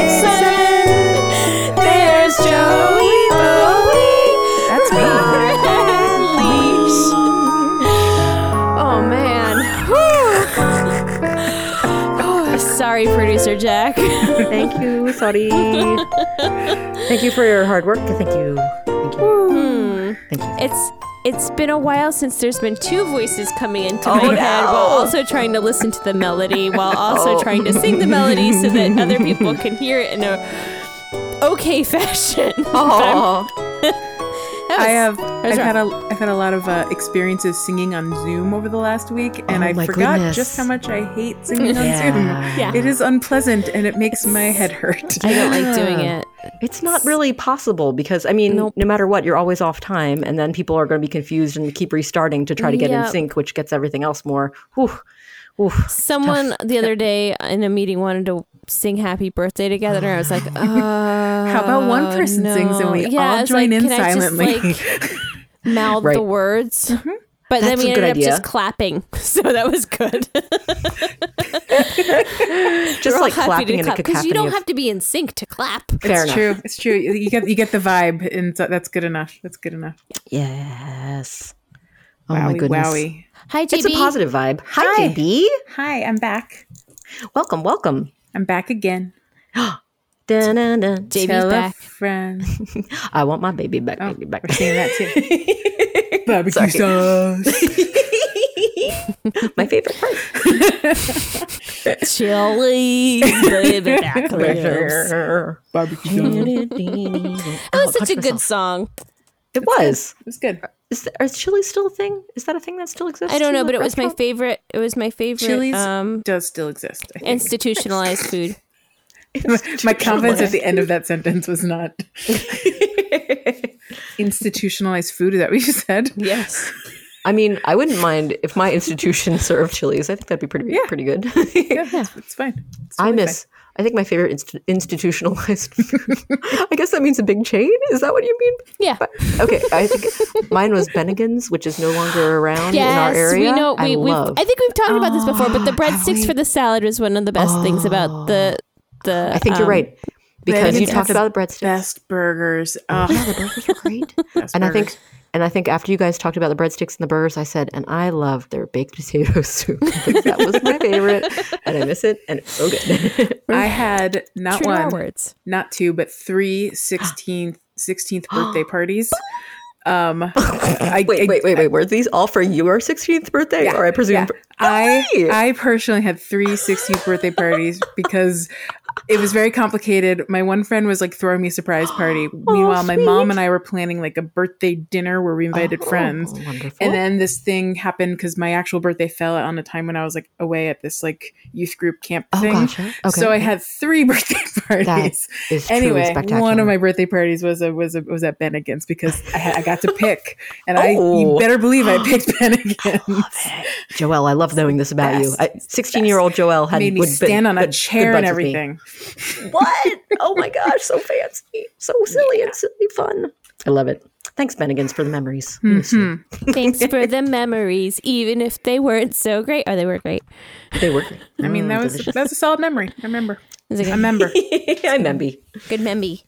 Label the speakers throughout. Speaker 1: Oh, Oh, Sorry, producer Jack.
Speaker 2: Thank you. Sorry. Thank you for your hard work. Thank you. Thank you. Thank you.
Speaker 1: it's it's been a while since there's been two voices coming into
Speaker 3: Oh,
Speaker 1: my head while also trying to listen to the melody while also
Speaker 3: Oh.
Speaker 1: trying to sing the melody so that other people can hear it in a okay fashion.
Speaker 3: Oh,
Speaker 1: That
Speaker 3: I
Speaker 1: was-
Speaker 3: have.
Speaker 1: was
Speaker 3: I've had a. I've had a lot of uh, experiences singing on Zoom over the last week, and
Speaker 2: Oh
Speaker 3: I
Speaker 2: my
Speaker 3: forgot
Speaker 2: goodness.
Speaker 3: just how much I hate singing on
Speaker 2: Yeah.
Speaker 3: Zoom.
Speaker 1: Yeah.
Speaker 3: It is unpleasant, and it makes my head hurt.
Speaker 1: I don't like doing
Speaker 2: Yeah.
Speaker 1: it.
Speaker 2: It's not really possible because I mean,
Speaker 1: Nope.
Speaker 2: no matter what, you're always off time, and then people are going to be confused and keep restarting to try to get
Speaker 1: Yep.
Speaker 2: in sync, which gets everything else more. Whew, whew.
Speaker 1: Someone the other day in a meeting wanted to sing happy birthday together and I was like, uh, How
Speaker 3: about one person sings and we all join in silently?
Speaker 1: mouth
Speaker 2: Right.
Speaker 1: the words. But then
Speaker 2: That's
Speaker 1: we
Speaker 2: a
Speaker 1: ended
Speaker 2: good
Speaker 1: up
Speaker 2: idea.
Speaker 1: just clapping. So that was good.
Speaker 2: Just
Speaker 1: Happy to
Speaker 2: like clapping in a
Speaker 1: clap,
Speaker 2: cacophony.
Speaker 1: you don't
Speaker 2: of-
Speaker 1: have to be in sync to clap.
Speaker 2: Fair
Speaker 3: it's
Speaker 2: enough.
Speaker 3: true. It's true. You get you get the vibe, and so that's good enough. That's good enough.
Speaker 2: Yes. Oh my
Speaker 3: Wowie,
Speaker 2: goodness.
Speaker 3: wowie.
Speaker 1: Hi, JB.
Speaker 2: It's a positive vibe. Hi,
Speaker 3: Hi.
Speaker 2: JB.
Speaker 3: Hi, I'm back.
Speaker 2: Welcome, welcome.
Speaker 3: I'm back again.
Speaker 2: Da-na-na.
Speaker 1: JB's
Speaker 3: Tell a
Speaker 1: back.
Speaker 3: friend.
Speaker 2: I want my baby back,
Speaker 1: Oh.
Speaker 2: baby back.
Speaker 3: We're seeing that too. Barbecue sauce.
Speaker 2: my favorite part.
Speaker 1: Chili. baby back lives.
Speaker 3: Barbecue sauce.
Speaker 1: That
Speaker 2: that
Speaker 1: was such a good song.
Speaker 2: It was.
Speaker 3: It's good.
Speaker 2: Is, there, is chili still a thing? Is that a thing that still exists?
Speaker 1: I don't know,
Speaker 2: in
Speaker 1: but
Speaker 2: the
Speaker 1: it was my
Speaker 2: restaurant?
Speaker 1: favorite. It was my favorite
Speaker 3: Chili's
Speaker 1: um,
Speaker 3: does still exist. I think.
Speaker 1: institutionalized food.
Speaker 3: My confidence at the end of that sentence was not institutionalized food that we just said.
Speaker 1: Yes.
Speaker 2: I mean, I wouldn't mind if my institution served chilies. I think that'd be pretty pretty good.
Speaker 3: Yeah, It's, it's fine. It's
Speaker 2: I
Speaker 3: totally
Speaker 2: miss. I think my favorite inst- institutionalized food. I guess that means a big chain. Is that what you mean?
Speaker 1: Yeah.
Speaker 2: Okay, I think mine was Bennigan's, which is no longer around in our
Speaker 1: Yes, we
Speaker 2: area.
Speaker 1: know. We,
Speaker 2: I
Speaker 1: we've,
Speaker 2: love.
Speaker 1: I think we've talked about this before, but the breadsticks for the salad was one of the best things about the the.
Speaker 2: Oh. I think you're
Speaker 1: um,
Speaker 2: right because you
Speaker 3: Bennigan's
Speaker 2: talked
Speaker 3: has
Speaker 2: about the breadsticks.
Speaker 3: fine. Best burgers. Oh,
Speaker 2: The burgers were great,
Speaker 3: best
Speaker 2: and I
Speaker 3: burgers.
Speaker 2: think. And I think after you guys talked about the breadsticks and the burgers, I said, and I love their baked potato soup. because that was my favorite, and I miss it, and it's so good.
Speaker 3: I had not
Speaker 1: True to our
Speaker 3: one,
Speaker 1: words.
Speaker 3: not two, but three 16th, 16th birthday parties. Um, I,
Speaker 2: wait,
Speaker 3: I-
Speaker 2: wait, wait, wait. Were these all for your 16th birthday, or I presume?
Speaker 3: yeah.
Speaker 2: for-
Speaker 3: I
Speaker 2: way!
Speaker 3: I personally had three 60th birthday parties because it was very complicated. My one friend was like throwing me a surprise party.
Speaker 2: Oh,
Speaker 3: Meanwhile, my mom and I were planning like a birthday dinner where we invited friends.
Speaker 2: Oh, wonderful.
Speaker 3: And then this thing happened because my actual birthday fell on a time when I was like away at this like youth group camp
Speaker 2: oh
Speaker 3: thing.
Speaker 2: gosh, okay.
Speaker 3: So I had three birthday parties.
Speaker 2: is truly
Speaker 3: anyway, one
Speaker 2: spectacular.
Speaker 3: of my birthday parties was a, was a, was at Bennigan's because I, had, I got to pick, and I you
Speaker 2: Oh.
Speaker 3: better believe I picked Bennigan's.
Speaker 2: Joelle, I love knowing this about you.
Speaker 3: Best.
Speaker 2: I- Sixteen-year-old Joelle had
Speaker 3: made me
Speaker 2: would-
Speaker 3: stand on a
Speaker 2: would-
Speaker 3: chair and
Speaker 2: would budge with me.
Speaker 3: everything.
Speaker 2: What? Oh my gosh, so fancy, so silly, and silly fun. I love it. Thanks, Bennigan's, for the memories.
Speaker 3: Hmm.
Speaker 2: We miss you.
Speaker 1: Thanks for the memories, even if they weren't so great. Oh, they were great.
Speaker 2: They were.
Speaker 3: I
Speaker 2: Hmm,
Speaker 3: mean,
Speaker 2: Mm,
Speaker 3: that was that's a solid memory. I remember.
Speaker 1: It was like
Speaker 3: I
Speaker 1: a
Speaker 3: remember.
Speaker 2: I remember.
Speaker 1: good memory.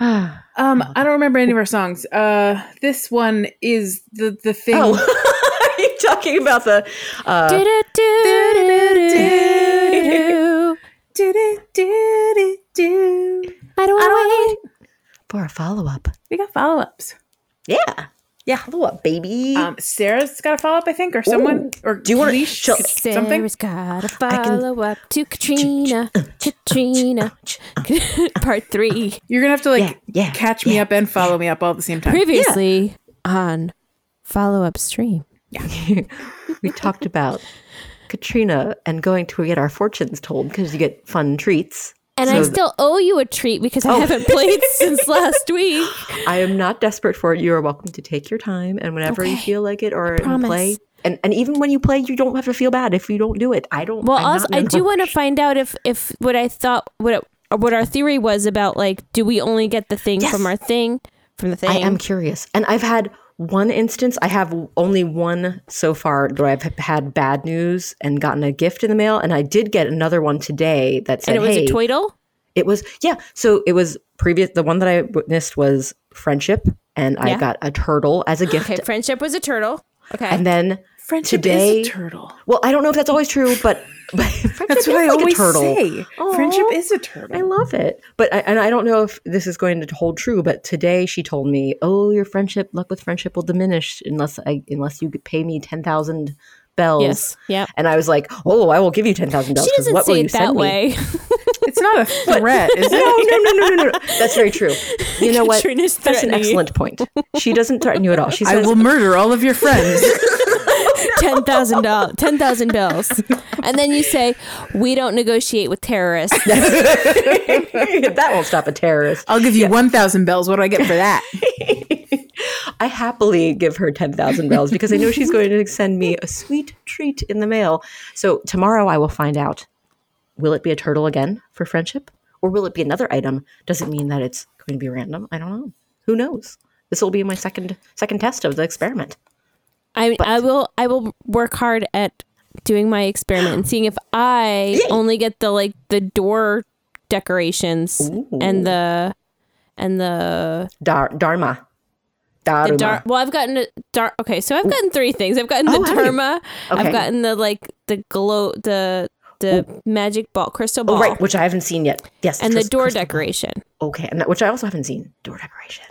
Speaker 3: Um,
Speaker 2: Oh.
Speaker 3: I don't remember any of our songs. Uh, this one is the the thing.
Speaker 2: Oh, are you talking about the? Uh,
Speaker 1: Do-do-do-do-do-do.
Speaker 3: Do-do-do-do-do.
Speaker 1: I don't want to
Speaker 3: don't
Speaker 1: wait.
Speaker 2: for a follow-up.
Speaker 3: We got follow ups.
Speaker 2: Yeah, yeah, follow-up, baby.
Speaker 3: Um, Sarah's got a follow up, I think, or someone, or do
Speaker 2: you wanna- shall-
Speaker 3: something?
Speaker 1: Sarah's got to follow up to Katrina. Katrina. Part three.
Speaker 3: You're gonna have to like
Speaker 2: Yeah, yeah,
Speaker 3: catch me up and follow me up all at the same time.
Speaker 1: Previously on follow up stream.
Speaker 2: we talked about Katrina and going to get our fortunes told because you get fun treats.
Speaker 1: And I
Speaker 2: So-
Speaker 1: still owe you a treat because I haven't played since last week.
Speaker 2: I am not desperate for it. You are welcome to take your time and whenever you
Speaker 1: Okay.
Speaker 2: feel like it or and
Speaker 1: promise.
Speaker 2: play. And and even when you play, you don't have to feel bad if you don't do it. I don't.
Speaker 1: Well,
Speaker 2: I'm
Speaker 1: also,
Speaker 2: not
Speaker 1: I
Speaker 2: in a
Speaker 1: do want to
Speaker 2: rush.
Speaker 1: find out if if what I thought what it, or what our theory was about like do we only get the thing from our thing from the thing?
Speaker 2: I am curious, and I've had one instance. I have only one so far where I've had bad news and gotten a gift in the mail, and I did get another one today that said,
Speaker 1: and it was
Speaker 2: "Hey,
Speaker 1: a twiddle.
Speaker 2: It was yeah. So it was previous. The one that I witnessed was friendship, and I
Speaker 1: Yeah.
Speaker 2: got a turtle as a gift.
Speaker 1: Okay, friendship was a turtle. Okay,
Speaker 2: And then
Speaker 3: Friendship
Speaker 2: Today-
Speaker 3: is a turtle.
Speaker 2: Well, I don't know if that's always true, but Friendship
Speaker 3: That's
Speaker 2: is
Speaker 3: what I
Speaker 2: like a
Speaker 3: always
Speaker 2: turtle.
Speaker 3: say. Friendship
Speaker 2: Aw.
Speaker 3: is a
Speaker 2: I
Speaker 3: turtle.
Speaker 2: love it. But I, and I don't know if this is going to hold true, but today she told me, "Oh, your friendship, luck with friendship will diminish unless I unless you pay me 10,000 bells."
Speaker 1: Yes. Yep.
Speaker 2: And I was like, "Oh, I will give you 10,000 bells."
Speaker 1: She
Speaker 2: 'cause
Speaker 1: doesn't
Speaker 2: what will
Speaker 1: say
Speaker 2: you
Speaker 1: it that
Speaker 2: send me?"
Speaker 1: way.
Speaker 3: It's not a threat, is
Speaker 2: No,
Speaker 3: it?
Speaker 2: no, no, no, no, no. That's very true. You know what?
Speaker 1: Katrina's
Speaker 2: That's an
Speaker 1: threatening you.
Speaker 2: excellent point. She doesn't threaten you at all. She
Speaker 3: I
Speaker 2: says,
Speaker 3: will murder all of your friends.
Speaker 1: ten thousand dollars, ten thousand bells, and then you say, "We don't negotiate with terrorists."
Speaker 2: "That won't stop a terrorist."
Speaker 3: I'll give you 1,000 bells. What do I get for that?
Speaker 2: I happily give her 10,000 bells because I know she's going to send me a sweet treat in the mail. So tomorrow I will find out will it be a turtle again for friendship or will it be another item? Does it mean that it's going to be random? I don't know. Who knows? This will be my second second test of the experiment.
Speaker 1: I I will I will work hard at doing my experiment and seeing if I only get the like the door decorations and the and the
Speaker 2: Dar- dharma. Dharma.
Speaker 1: the dar- well I've gotten a dar- okay so I've gotten three things I've gotten
Speaker 2: Oh,
Speaker 1: the
Speaker 2: have you?
Speaker 1: Dharma
Speaker 2: Okay.
Speaker 1: I've gotten the like the glow the the magic ball crystal ball
Speaker 2: oh, right, which I haven't seen yet. Yes.
Speaker 1: and the
Speaker 2: crystal-
Speaker 1: door
Speaker 2: crystal-
Speaker 1: decoration
Speaker 2: Okay, and that, which I also haven't seen. Door decoration.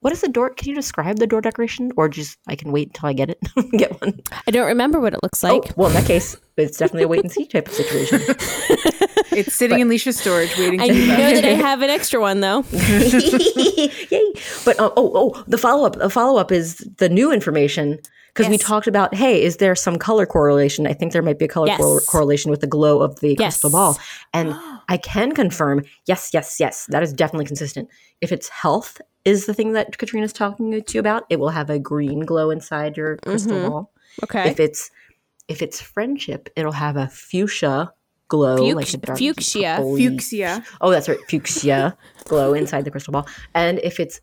Speaker 2: What is the door? Can you describe the door decoration or just I can wait until I get it? get one.
Speaker 1: I don't remember what it looks
Speaker 2: Oh,
Speaker 1: like
Speaker 2: well, in that case, it's definitely a wait and see type of situation.
Speaker 3: It's sitting in Leisha's storage waiting
Speaker 1: I
Speaker 3: to be
Speaker 1: know that I have an extra one though
Speaker 2: Yay! But uh, oh, oh, the follow up. The follow up is the new information because we
Speaker 1: Yes.
Speaker 2: talked about hey, is there some color correlation? I think there might be a color cor-
Speaker 1: Yes.
Speaker 2: correlation with the glow of the crystal
Speaker 1: Yes.
Speaker 2: ball, and I can confirm. Yes, yes, yes. That is definitely consistent. If it's health is the thing that Katrina's talking to you about, it will have a green glow inside your crystal
Speaker 1: Mhm.
Speaker 2: ball.
Speaker 1: okay
Speaker 2: If it's if it's friendship, it'll have a fuchsia glow, like a
Speaker 1: Fuchsia-
Speaker 2: dark
Speaker 1: fuchsia.
Speaker 2: purpley-
Speaker 3: Fuchsia.
Speaker 2: Oh, that's right. Fuchsia glow inside the crystal ball. And if it's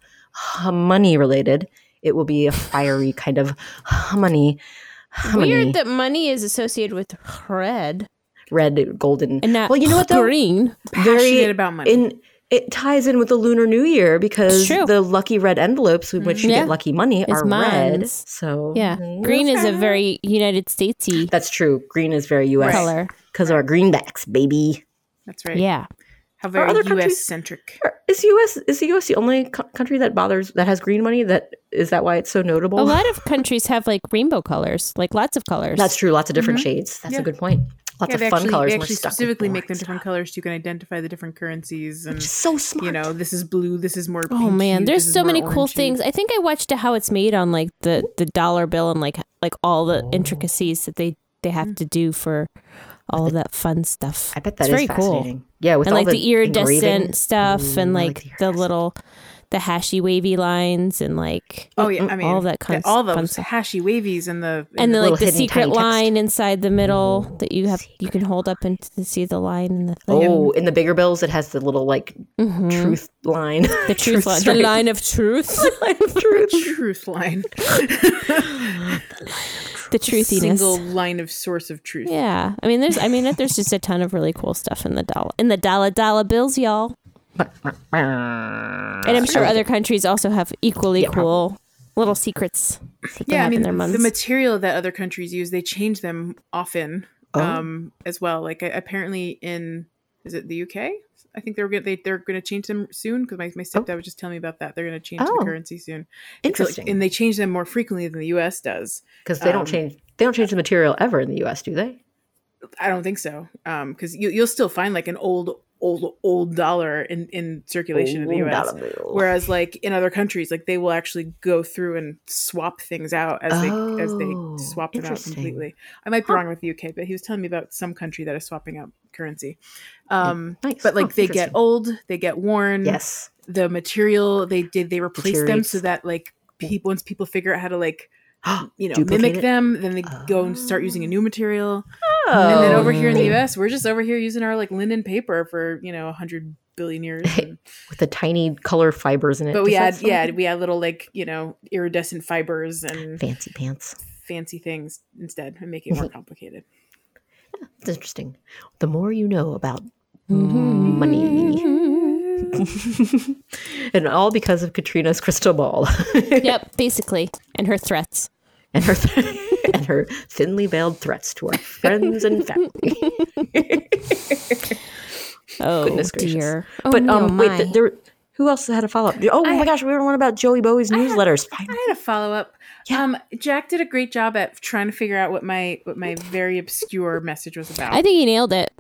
Speaker 2: money related, it will be a fiery kind of money,
Speaker 1: Weird
Speaker 2: money,
Speaker 1: that money is associated with red
Speaker 2: red, golden.
Speaker 1: and not
Speaker 2: well, you know what though?
Speaker 1: green.
Speaker 3: Passionate about money.
Speaker 2: In it ties in with the Lunar New Year because
Speaker 1: true. Mm-hmm.
Speaker 2: the lucky red envelopes in which you
Speaker 1: Yeah.
Speaker 2: get lucky money are red.
Speaker 1: mines.
Speaker 2: So
Speaker 1: Yeah,
Speaker 2: mm,
Speaker 1: green is a very United Statesy
Speaker 2: That's true. Green is very U.S.
Speaker 1: color.
Speaker 2: because our greenbacks, baby.
Speaker 3: That's right.
Speaker 1: Yeah,
Speaker 3: How very
Speaker 2: other
Speaker 3: US
Speaker 2: countries-
Speaker 3: centric.
Speaker 2: Is the U.S. is the U.S. the only co- country that bothers that has green money? That is that why it's so notable?
Speaker 1: a lot of countries have like rainbow colors, like lots of colors.
Speaker 2: That's true. Lots of different shades.
Speaker 3: Mm-hmm.
Speaker 2: That's
Speaker 3: Yeah.
Speaker 2: a good point. Lots
Speaker 3: Yeah,
Speaker 2: of
Speaker 3: they
Speaker 2: fun
Speaker 3: actually,
Speaker 2: colors.
Speaker 3: they
Speaker 2: and we're
Speaker 3: actually
Speaker 2: stuck with
Speaker 3: specifically
Speaker 2: boring
Speaker 3: make them different
Speaker 2: stuff.
Speaker 3: colors so you can identify the different currencies and
Speaker 2: So smart.
Speaker 3: you know this is blue, this is more.
Speaker 1: Oh
Speaker 3: pink
Speaker 1: man,
Speaker 3: hued,
Speaker 1: there's
Speaker 3: this is
Speaker 1: so
Speaker 3: more
Speaker 1: many cool
Speaker 3: orangey.
Speaker 1: things. I think I watched a how it's made on like the the dollar bill and like like all
Speaker 2: Oh.
Speaker 1: the intricacies that they they have to do for all of that fun stuff.
Speaker 2: Mm. I bet that
Speaker 1: it's very
Speaker 2: is
Speaker 1: cool.
Speaker 2: fascinating. Yeah, with
Speaker 1: and
Speaker 2: all
Speaker 1: like the, iridescent
Speaker 2: engraving.
Speaker 1: stuff and
Speaker 2: Ooh, I
Speaker 1: like the, little the hashy wavy lines and like
Speaker 3: Oh yeah, I mean
Speaker 1: Mm, all that kind of
Speaker 3: all
Speaker 1: fun
Speaker 3: those
Speaker 1: stuff.
Speaker 3: hashy wavies and the
Speaker 1: and then
Speaker 2: little
Speaker 1: like the
Speaker 2: hidden
Speaker 1: secret
Speaker 2: tiny text.
Speaker 1: line inside the middle that you have you can hold up and to see the line in the thing.
Speaker 2: Oh, in the bigger bills, it has the little like
Speaker 3: Mm-hmm.
Speaker 2: truth line.
Speaker 1: the truth, line,
Speaker 2: stripe.
Speaker 1: the line of truth,
Speaker 2: truth.
Speaker 3: truth line,
Speaker 1: the truthiness.
Speaker 3: single line of source of truth.
Speaker 1: Yeah, I mean, there's, I mean, there's just a ton of really cool stuff in the dollar, in the dollar dollar bills, y'all. And I'm sure other countries also have equally cool little secrets that they
Speaker 3: Yeah,
Speaker 1: have
Speaker 3: I mean
Speaker 1: in their
Speaker 3: the
Speaker 1: months.
Speaker 3: material that other countries use, they change them often
Speaker 2: Oh.
Speaker 3: um, as well. Like I, apparently in is it the UK? I think they're gonna they, they're gonna change them soon because my, my stepdad was just telling me about that. They're gonna change
Speaker 2: Oh.
Speaker 3: the currency soon. It's like-
Speaker 2: Interesting,
Speaker 3: and they change them more frequently than the US does.
Speaker 2: because they
Speaker 3: um,
Speaker 2: don't change. They don't change the material ever in the U.S. Do they?
Speaker 3: I don't think so. Um, because you you'll still find like an old old old dollar in in circulation in the
Speaker 2: Old
Speaker 3: US.
Speaker 2: dollar bill.
Speaker 3: Whereas like in other countries, like they will actually go through and swap things out as they as
Speaker 2: Oh,
Speaker 3: they swap them out
Speaker 2: interesting.
Speaker 3: completely. I might be wrong with the UK, but he was telling me about some country that is swapping out currency. Um
Speaker 2: Nice.
Speaker 3: But like
Speaker 2: Huh,
Speaker 3: they get
Speaker 2: oh, interesting.
Speaker 3: old, they get worn.
Speaker 2: Yes.
Speaker 3: The material they did, they replace them so
Speaker 2: Deteriorates.
Speaker 3: that like people once people figure out how to like you know
Speaker 2: Duplicate
Speaker 3: mimic
Speaker 2: it?
Speaker 3: them, then they go and start using a new material.
Speaker 2: Oh.
Speaker 3: And then over here in the US, we're just over here using our like linen paper for, you know, 100 billion years. and-
Speaker 2: with the tiny color fibers in it.
Speaker 3: but we
Speaker 2: Does that
Speaker 3: add,
Speaker 2: sound
Speaker 3: yeah, we had little like, you know, iridescent fibers and
Speaker 2: fancy pants.
Speaker 3: fancy things instead and make it
Speaker 2: Mm-hmm.
Speaker 3: more complicated.
Speaker 2: It's interesting. The more you know about
Speaker 3: Mm-hmm.
Speaker 2: money. and all because of Katrina's crystal ball
Speaker 1: yep, basically, and her threats.
Speaker 2: and her th- and her thinly veiled threats to our friends and family.
Speaker 1: Oh
Speaker 2: Goodness gracious.
Speaker 1: dear.
Speaker 2: but
Speaker 1: oh,
Speaker 2: um,
Speaker 1: no,
Speaker 2: wait, th- there. Who else had a follow up? Oh my gosh, we were on one about Joey Bowie's newsletters. Fine.
Speaker 3: I had a follow up. Um, Jack did a great job at trying to figure out what my what my very obscure message was about.
Speaker 1: I think he nailed it.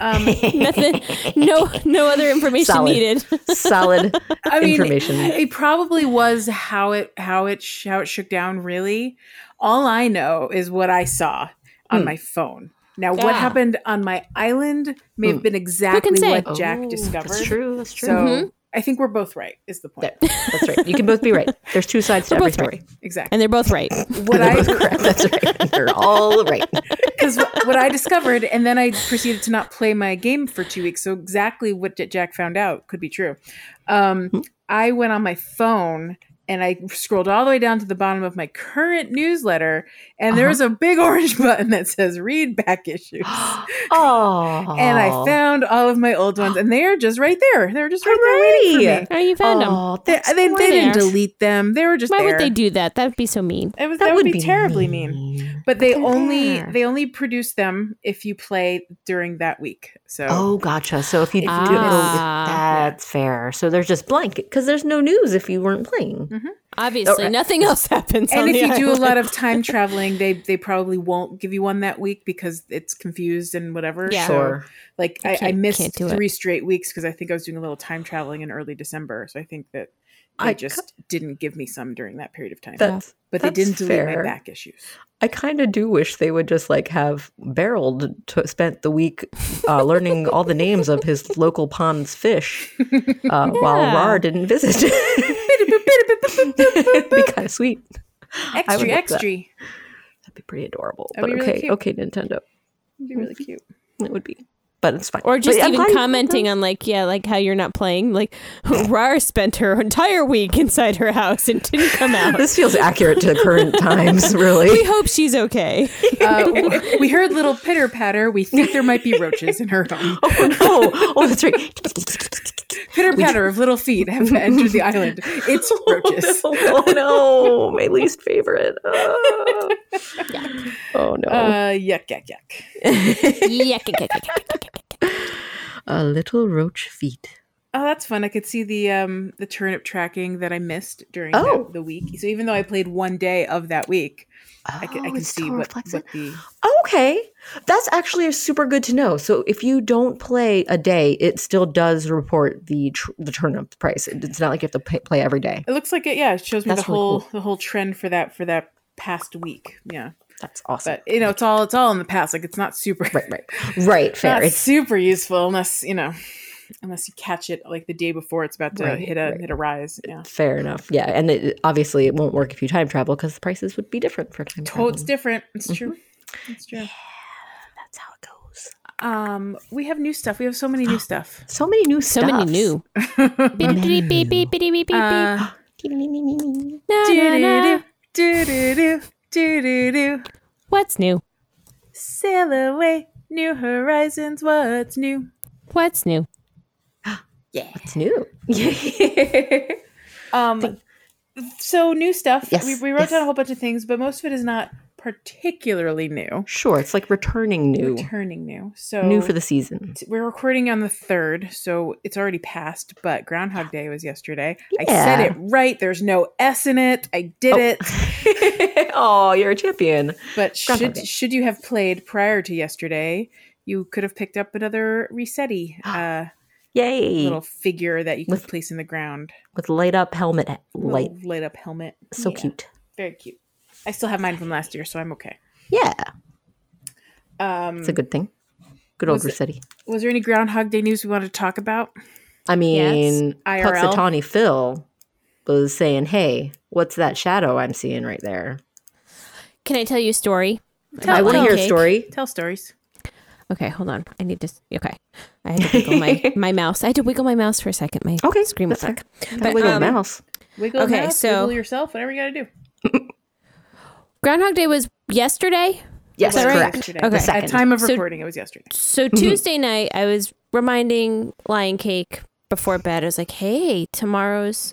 Speaker 3: um,
Speaker 1: Nothing. no, no other information
Speaker 2: Solid.
Speaker 1: needed.
Speaker 2: Solid
Speaker 3: I mean,
Speaker 2: information.
Speaker 3: It probably was how it how it sh- how it shook down. Really, all I know is what I saw
Speaker 2: Hmm.
Speaker 3: on my phone. Now,
Speaker 1: Yeah.
Speaker 3: what happened on my island may
Speaker 2: Hmm.
Speaker 3: have been exactly
Speaker 1: say?
Speaker 3: what Jack
Speaker 2: Oh,
Speaker 3: discovered.
Speaker 2: That's true. That's true. Mm-hmm.
Speaker 3: So I think we're both right. Is the point
Speaker 2: There. That's right. You can both be right. There's two sides to
Speaker 1: We're
Speaker 2: every
Speaker 1: both right.
Speaker 2: story.
Speaker 3: exactly?
Speaker 1: and they're both right.
Speaker 3: what
Speaker 2: They're both
Speaker 3: I
Speaker 2: correct. That's right. They're all right.
Speaker 3: because what I discovered, and then I proceeded to not play my game for two weeks. So exactly what J- Jack found out could be true. Um, I went on my phone and I scrolled all the way down to the bottom of my current newsletter, and there was a big orange button that says "Read Back Issues,"
Speaker 2: Oh.
Speaker 3: and I found all of my old ones, and they are just right there. They're just right there waiting for me.
Speaker 1: Oh, you found him.
Speaker 2: Oh,
Speaker 3: They,
Speaker 2: that's
Speaker 3: they, they didn't
Speaker 1: there.
Speaker 3: delete them. They were just
Speaker 1: Why
Speaker 3: there.
Speaker 1: would they do that? That'd be so mean.
Speaker 3: It was, that, would be, terribly mean. But they
Speaker 2: they're
Speaker 3: only
Speaker 2: there.
Speaker 3: they only produce them if you play during that week. So
Speaker 2: Oh, gotcha. So if you do
Speaker 3: If you
Speaker 2: go with-
Speaker 1: miss-
Speaker 3: Ah.
Speaker 2: that's fair. So there's just blank because there's no news if you weren't playing.
Speaker 3: Mm,
Speaker 1: Obviously, nothing else happens.
Speaker 3: Oh, and
Speaker 1: on
Speaker 3: if
Speaker 1: the
Speaker 3: you do a
Speaker 1: island.
Speaker 3: lot of time traveling, they they probably won't give you one that week because it's confused and whatever.
Speaker 1: Yeah.
Speaker 3: So,
Speaker 2: Sure.
Speaker 3: Like
Speaker 1: You
Speaker 3: I, I
Speaker 1: can't- can't
Speaker 3: missed
Speaker 1: do it.
Speaker 3: three straight weeks because I think I was doing a little time traveling in early December. So I think that they
Speaker 2: I
Speaker 3: just didn't give me some during that period of time.
Speaker 2: That's
Speaker 3: but they
Speaker 2: that's
Speaker 3: didn't delete my
Speaker 2: fair.
Speaker 3: back issues.
Speaker 2: I kind of do wish they would just like have barreled to spent the week uh, learning all the names of his local pond's fish uh, while
Speaker 1: Yeah.
Speaker 2: Rar didn't visit. It'd be kind of sweet. I would
Speaker 3: Extra,
Speaker 2: love that.
Speaker 3: extra. That'd
Speaker 2: That'd be pretty adorable.
Speaker 3: That'd
Speaker 2: but
Speaker 3: be really
Speaker 2: okay,
Speaker 3: cute.
Speaker 2: okay, Nintendo,
Speaker 3: be really cute.
Speaker 2: it would be. But it's fine.
Speaker 1: Or
Speaker 2: But
Speaker 1: just
Speaker 2: I'm glad
Speaker 1: even
Speaker 2: you-
Speaker 1: commenting on like, yeah, like how you're not playing. Like, Rar spent her entire week inside her house and didn't come out.
Speaker 2: This feels accurate to current times,
Speaker 1: we
Speaker 2: really.
Speaker 1: hope she's okay.
Speaker 3: Uh, w- we heard little pitter patter. We think there might be roaches in her home.
Speaker 2: oh, oh, that's right.
Speaker 3: Pitter patter of little feet have entered the island. It's roaches.
Speaker 2: Oh no, my least favorite. Uh, Oh no.
Speaker 3: Uh, yuck, yuck, yuck.
Speaker 1: Yuck, yuck, yuck, yuck, yuck, yuck, yuck.
Speaker 2: a little roach feet.
Speaker 3: Oh, that's fun! I could see the um the turnip tracking that I missed during
Speaker 2: Oh.
Speaker 3: the, the week. So even though I played one day of that week, I could I
Speaker 2: Oh,
Speaker 3: can
Speaker 2: it's
Speaker 3: see
Speaker 2: still
Speaker 3: what,
Speaker 2: reflected.
Speaker 3: what the
Speaker 2: Okay, that's actually super good to know. So if you don't play a day, it still does report the tr- the turnip price. It- It's not like you have to pay- play every day.
Speaker 3: it looks like it. Yeah, it shows me
Speaker 2: That's
Speaker 3: the
Speaker 2: really
Speaker 3: whole
Speaker 2: cool.
Speaker 3: the whole trend for that for that past week. Yeah,
Speaker 2: That's awesome.
Speaker 3: but you know it's all it's all in the past. Like it's not super
Speaker 2: right, right, right.
Speaker 3: not
Speaker 2: Fair. It's
Speaker 3: super useful unless you know unless you catch it like the day before it's about to
Speaker 2: Right,
Speaker 3: hit a
Speaker 2: right.
Speaker 3: hit a rise. Yeah,
Speaker 2: fair enough. Yeah, and it, obviously it won't work if you time travel because the prices would be different for time travel.
Speaker 3: totes different. It's true.
Speaker 2: Mm-hmm.
Speaker 3: It's true.
Speaker 2: That's how it goes.
Speaker 3: Um, we have new stuff. We have so many new stuff.
Speaker 2: So many new
Speaker 1: So many
Speaker 2: stuffs.
Speaker 1: new. Beep, beep, beep, beep, beep, beep, beep, beep.
Speaker 3: Uh,
Speaker 1: Na, na, na.
Speaker 3: Do-do-do, do-do-do, do-do-do.
Speaker 1: What's new?
Speaker 3: Sail away, new horizons, what's new?
Speaker 1: What's new?
Speaker 2: It's new.
Speaker 3: Um, so new stuff.
Speaker 2: Yes,
Speaker 3: we, we wrote
Speaker 2: yes.
Speaker 3: down a whole bunch of things, but most of it is not particularly new.
Speaker 2: Sure, it's like returning new,
Speaker 3: Returning new. So
Speaker 2: new for the season.
Speaker 3: t- we're recording on the third, so it's already passed. But Groundhog Day was yesterday. I
Speaker 2: Yeah.
Speaker 3: said it right. There's no S in it. I did it.
Speaker 2: oh, you're a champion.
Speaker 3: But
Speaker 2: Groundhog
Speaker 3: should
Speaker 2: Day.
Speaker 3: should you have played prior to yesterday, you could have picked up another Resetti. Uh,
Speaker 2: Yay.
Speaker 3: little figure that you can
Speaker 2: With-
Speaker 3: place in the ground.
Speaker 2: With light up helmet light.
Speaker 3: Little light up helmet.
Speaker 2: So
Speaker 3: Yeah,
Speaker 2: cute.
Speaker 3: Very cute. I still have mine from last year, so I'm okay.
Speaker 2: Yeah.
Speaker 3: Um,
Speaker 2: It's a good thing. Good old
Speaker 3: Was it-
Speaker 2: Rossetti.
Speaker 3: was there any Groundhog Day news we wanted to talk about?
Speaker 2: I mean,
Speaker 3: Yes. IRL.
Speaker 2: Puxatawny Phil was saying, hey, what's that shadow I'm seeing right there?
Speaker 1: Can I tell you a story?
Speaker 3: Tell-
Speaker 2: I want to hear a
Speaker 1: Okay.
Speaker 2: story.
Speaker 3: Tell stories.
Speaker 1: Okay, hold on. I need to. s- Okay, I had to wiggle my, my mouse. I had to wiggle my mouse for a second. My
Speaker 2: Okay,
Speaker 1: screen was
Speaker 2: that's
Speaker 1: stuck.
Speaker 2: But, wiggle
Speaker 1: um,
Speaker 2: mouse.
Speaker 3: Wiggle
Speaker 1: Okay,
Speaker 3: mouse,
Speaker 1: so-
Speaker 3: wiggle yourself, whatever you got to do.
Speaker 1: Groundhog Day was yesterday.
Speaker 2: Yes,
Speaker 1: that right?
Speaker 2: correct.
Speaker 3: Yesterday.
Speaker 1: Okay.
Speaker 2: The
Speaker 1: At
Speaker 2: second.
Speaker 3: At time of
Speaker 1: So-
Speaker 3: recording, it was yesterday.
Speaker 1: So
Speaker 2: Mm-hmm.
Speaker 1: Tuesday night, I was reminding Lion Cake
Speaker 2: Mm-hmm.
Speaker 1: before bed. I was like, "Hey, tomorrow's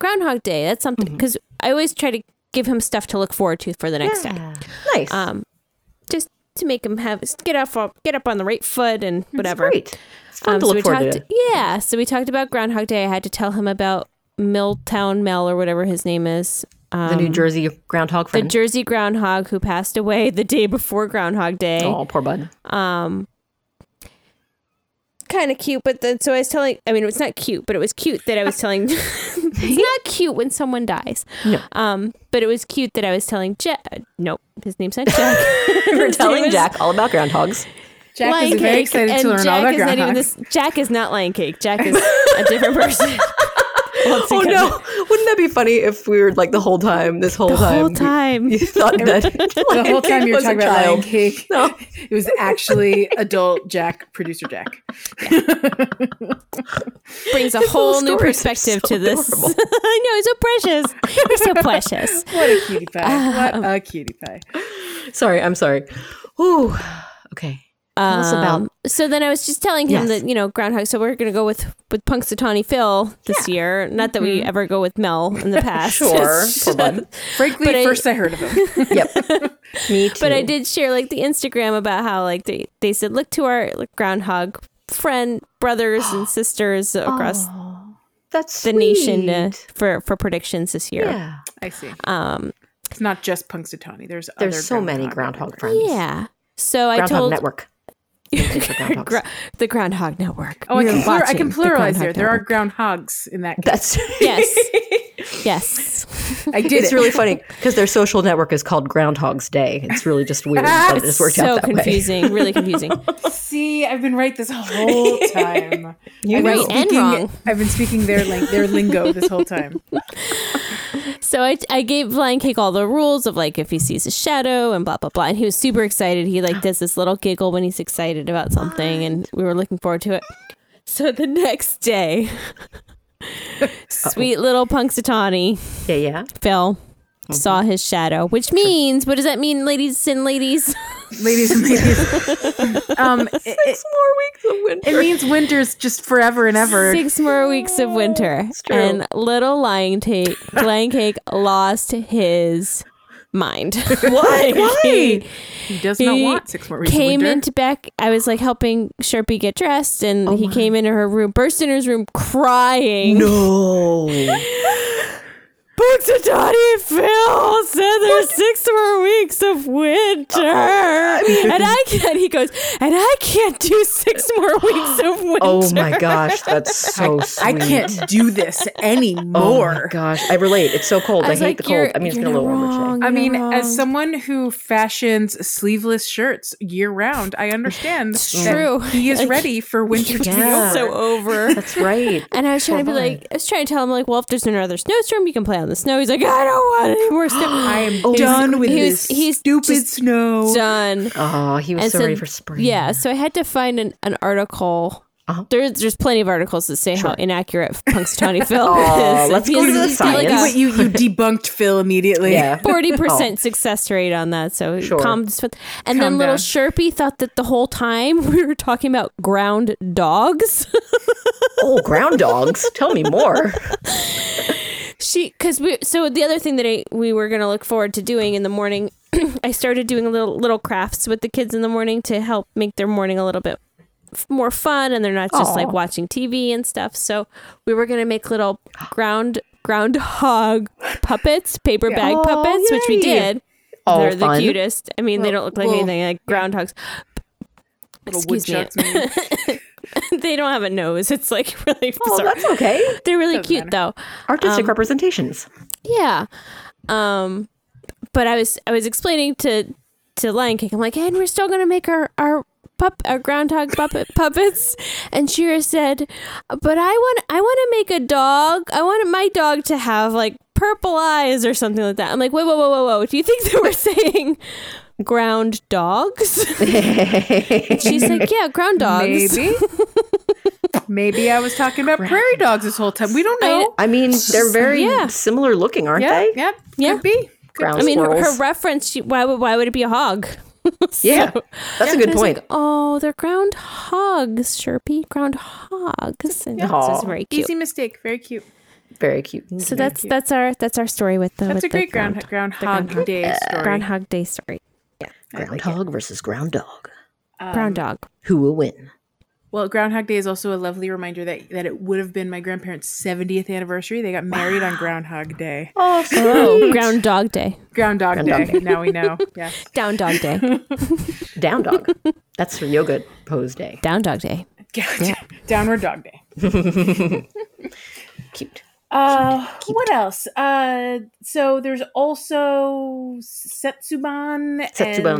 Speaker 1: Groundhog Day. That's something." Because I always try to give him stuff to look forward to for the next day.
Speaker 2: Yeah. Nice.
Speaker 1: Um, just to make him have get up get up on the right foot and whatever.
Speaker 2: It's great. It's fun
Speaker 1: Um,
Speaker 2: to
Speaker 1: so
Speaker 2: look
Speaker 1: we
Speaker 2: forward to.
Speaker 1: talked- Yeah. So we talked about Groundhog Day. I had to tell him about Milltown Mel or whatever his name is. Um,
Speaker 2: the New Jersey groundhog
Speaker 1: the
Speaker 2: friend.
Speaker 1: Jersey Groundhog who passed away the day before Groundhog Day.
Speaker 2: oh, poor bud.
Speaker 1: Um, kind of cute, but then so I was telling. I mean, it's not cute, but it was cute that I was telling. it's not cute when someone dies.
Speaker 2: No.
Speaker 1: Um, but it was cute that I was telling Jack. Nope, his name's not Jack.
Speaker 2: We're telling
Speaker 1: was-
Speaker 2: Jack all about groundhogs.
Speaker 3: Jack
Speaker 1: Lion
Speaker 3: is very
Speaker 1: Cake,
Speaker 3: excited
Speaker 1: and
Speaker 3: to learn all
Speaker 1: Jack
Speaker 3: about
Speaker 1: is not even
Speaker 3: groundhogs.
Speaker 1: this- Jack is not Lion Cake. Jack is a different person.
Speaker 2: Oh no! Wouldn't that be funny if we were like the whole time, this whole
Speaker 1: The
Speaker 2: time,
Speaker 1: whole
Speaker 2: we-
Speaker 1: time.
Speaker 2: you thought that
Speaker 3: the whole time you were
Speaker 2: was a
Speaker 3: talking about Lion
Speaker 2: child.
Speaker 3: Cake,
Speaker 2: No.
Speaker 3: it was actually adult Jack, producer Jack.
Speaker 1: brings a
Speaker 2: His little
Speaker 1: whole new
Speaker 2: stories are
Speaker 1: perspective
Speaker 2: so
Speaker 1: to this.
Speaker 2: adorable.
Speaker 1: I know, he's so precious. He's so precious.
Speaker 3: What a cutie pie! What a cutie pie!
Speaker 2: Sorry, I'm sorry. Ooh. Okay. Tell us about-
Speaker 1: Um, so then I was just telling him
Speaker 2: Yes.
Speaker 1: that you know Groundhog. So we're gonna go with with Punxsutawney Phil this year. Not that we ever go with Mel in the past.
Speaker 2: Mm-hmm. Sure.
Speaker 1: It's
Speaker 2: Poor bud.
Speaker 3: Frankly,
Speaker 1: But I-
Speaker 3: first I heard of him.
Speaker 2: Yep. Me too.
Speaker 1: but I did share like the Instagram about how like they, they said look to our like, groundhog friend brothers and sisters across
Speaker 2: That's
Speaker 1: the nation to,
Speaker 2: sweet.
Speaker 1: for for predictions this year.
Speaker 2: Yeah.
Speaker 3: I see.
Speaker 1: Um
Speaker 3: It's not just Punxsutawney. There's
Speaker 2: There's
Speaker 3: other
Speaker 2: so many groundhog friends.
Speaker 1: yeah. So I
Speaker 2: Groundhog
Speaker 1: told
Speaker 2: Network. groundhogs.
Speaker 1: Gro- the Groundhog Network.
Speaker 3: Oh, I
Speaker 1: You're
Speaker 3: can, plur- I
Speaker 1: watching
Speaker 3: can
Speaker 1: the
Speaker 3: pluralize
Speaker 1: Groundhog
Speaker 3: there. There are
Speaker 1: Network.
Speaker 3: groundhogs in that. Case.
Speaker 2: That's
Speaker 1: Yes. yes.
Speaker 3: I did
Speaker 2: It's
Speaker 3: it.
Speaker 2: really funny because their social network is called Groundhog's Day. It's really just weird that it just worked
Speaker 1: so
Speaker 2: out that way.
Speaker 1: confusing, really confusing.
Speaker 3: See, I've been right this whole time.
Speaker 2: You
Speaker 3: I've been
Speaker 1: Right and
Speaker 3: speaking-
Speaker 1: wrong.
Speaker 3: I've been speaking their ling- their lingo this whole time.
Speaker 1: So I, I gave Lion Cake all the rules of like if he sees a shadow and blah blah blah, and he was super excited. He like does this little giggle when he's excited about something, and we were looking forward to it. So the next day, sweet little Punxsutawney
Speaker 2: Yeah, yeah.
Speaker 1: Phil saw his shadow, which means what does that mean, ladies and ladies?
Speaker 3: ladies and ladies. um, it, it,
Speaker 2: more weeks of winter.
Speaker 3: it means winter's just forever and ever.
Speaker 1: Six more weeks of winter,
Speaker 2: true.
Speaker 1: and little Lion Cake, Lion Cake lost his mind.
Speaker 2: What? Why?
Speaker 3: He does not
Speaker 1: He
Speaker 3: want six more weeks. of
Speaker 1: came
Speaker 3: winter.
Speaker 1: into back i was like helping sharpie get dressed and
Speaker 2: Oh
Speaker 1: he came into her room burst into his room crying
Speaker 2: No.
Speaker 1: books of Donnie phil said there's six more weeks of winter
Speaker 2: Uh,
Speaker 1: and i can't he goes and i can't do six more weeks of winter
Speaker 2: Oh my gosh, that's so sweet.
Speaker 3: I can't do this anymore.
Speaker 2: Oh my gosh, I relate. It's so cold. I,
Speaker 1: was
Speaker 2: hate
Speaker 1: like,
Speaker 2: the cold.
Speaker 1: "You're-
Speaker 2: I mean, it's
Speaker 1: you're
Speaker 2: been a little
Speaker 1: not
Speaker 2: warmer
Speaker 1: wrong,
Speaker 2: today.
Speaker 3: I
Speaker 1: you're
Speaker 3: mean,
Speaker 1: not
Speaker 3: as
Speaker 1: wrong.
Speaker 3: someone who fashions sleeveless shirts year round, I understand. It's
Speaker 1: true.
Speaker 3: He is
Speaker 1: Like-
Speaker 3: ready for winter to be over.
Speaker 2: Yeah.
Speaker 1: so over
Speaker 2: That's right.
Speaker 1: and I was trying to be like, I was trying to tell him like, well, if there's another snowstorm, you can play on the snow. He's like, I don't want any more snow.
Speaker 3: I am done with
Speaker 1: he was-
Speaker 3: this
Speaker 1: oh, he's
Speaker 3: stupid
Speaker 1: just
Speaker 3: snow.
Speaker 1: Done.
Speaker 2: Oh, he was
Speaker 1: And
Speaker 2: so
Speaker 1: so-
Speaker 2: ready for spring.
Speaker 1: Yeah, so I had to find an, an article.
Speaker 2: Uh-huh.
Speaker 1: There's there's plenty of articles that say how inaccurate Punxsutawney Phil
Speaker 2: Aw,
Speaker 1: is.
Speaker 2: let's
Speaker 1: He
Speaker 2: go to
Speaker 1: has-
Speaker 2: the
Speaker 1: he's got
Speaker 2: science.
Speaker 1: Like
Speaker 3: Wait, you, you debunked Phil immediately.
Speaker 2: Yeah.
Speaker 1: Forty percent success rate on that, so
Speaker 2: Sure.
Speaker 1: calm. Just, and then
Speaker 3: Calm
Speaker 1: little
Speaker 3: down.
Speaker 1: Sherpy thought that the whole time we were talking about ground dogs.
Speaker 2: Oh, ground dogs. Tell me more.
Speaker 1: she because we so the other thing that I, we were going to look forward to doing in the morning, I started doing little little crafts with the kids in the morning to help make their morning a little bit f- more fun and they're not just like
Speaker 2: Aw.
Speaker 1: watching TV and stuff. So we were going to make little ground groundhog puppets, paper bag
Speaker 2: Aw,
Speaker 1: puppets, which we
Speaker 2: yay.
Speaker 1: did.
Speaker 2: All
Speaker 1: they're
Speaker 2: fun.
Speaker 1: the cutest. I mean, they don't look like
Speaker 3: Little-
Speaker 1: anything like groundhogs.
Speaker 3: Little
Speaker 1: Excuse me.
Speaker 3: woodchucks, maybe.
Speaker 1: they don't have a nose. It's like really
Speaker 2: Oh,
Speaker 1: bizarre.
Speaker 2: that's okay.
Speaker 1: they're really cute though.
Speaker 2: Artistic
Speaker 1: Um,
Speaker 2: representations.
Speaker 1: Yeah. Um but I was I was explaining to to Lion King, I'm like, and we're still gonna make our our pup our groundhog puppet puppets and Shira said, But I want I wanna make a dog I want my dog to have like purple eyes or something like that. I'm like, whoa, whoa, whoa, whoa, whoa. Do you think that we're saying ground dogs? And she's like, Yeah, ground dogs.
Speaker 3: Maybe. Maybe I was talking about prairie dogs this whole time. We don't know.
Speaker 2: I mean, they're very
Speaker 1: yeah.
Speaker 2: similar looking, aren't
Speaker 3: yeah,
Speaker 2: they?
Speaker 3: yeah,
Speaker 1: Yeah.
Speaker 3: Could be. Could
Speaker 2: Ground
Speaker 1: I mean her, her
Speaker 2: squirrels.
Speaker 1: reference, she, why would why would it be a hog?
Speaker 2: yeah, that's a good
Speaker 1: I was
Speaker 2: point.
Speaker 1: like, oh, they're groundhogs, Sherpie. Groundhogs. And this is
Speaker 2: Aw.
Speaker 1: very
Speaker 3: be.
Speaker 1: cute.
Speaker 3: Easy mistake. Very cute.
Speaker 2: Very cute. Mm-hmm.
Speaker 1: So that's that's our that's our story with the
Speaker 3: That's
Speaker 1: with
Speaker 3: a great
Speaker 1: the
Speaker 3: ground, groundhog,
Speaker 1: groundhog.
Speaker 3: day story.
Speaker 1: Groundhog Day story.
Speaker 3: I like it.
Speaker 2: Groundhog versus ground dog.
Speaker 3: Um,
Speaker 1: Brown dog.
Speaker 2: Who will win?
Speaker 3: Well, Groundhog Day is also a lovely reminder that that it would have been my grandparents' 70th anniversary. They got married on Groundhog Day.
Speaker 2: Oh,
Speaker 1: Oh, Ground Dog Day.
Speaker 3: Groundhog,
Speaker 2: Groundhog
Speaker 3: Day. Now we know. Yeah.
Speaker 1: Down Dog Day.
Speaker 2: down dog. That's for yoga pose day.
Speaker 1: Down Dog Day.
Speaker 3: Downward Dog Day.
Speaker 2: Cute.
Speaker 3: Uh, what else? Uh, so there's also Setsuban.
Speaker 2: Setsuban.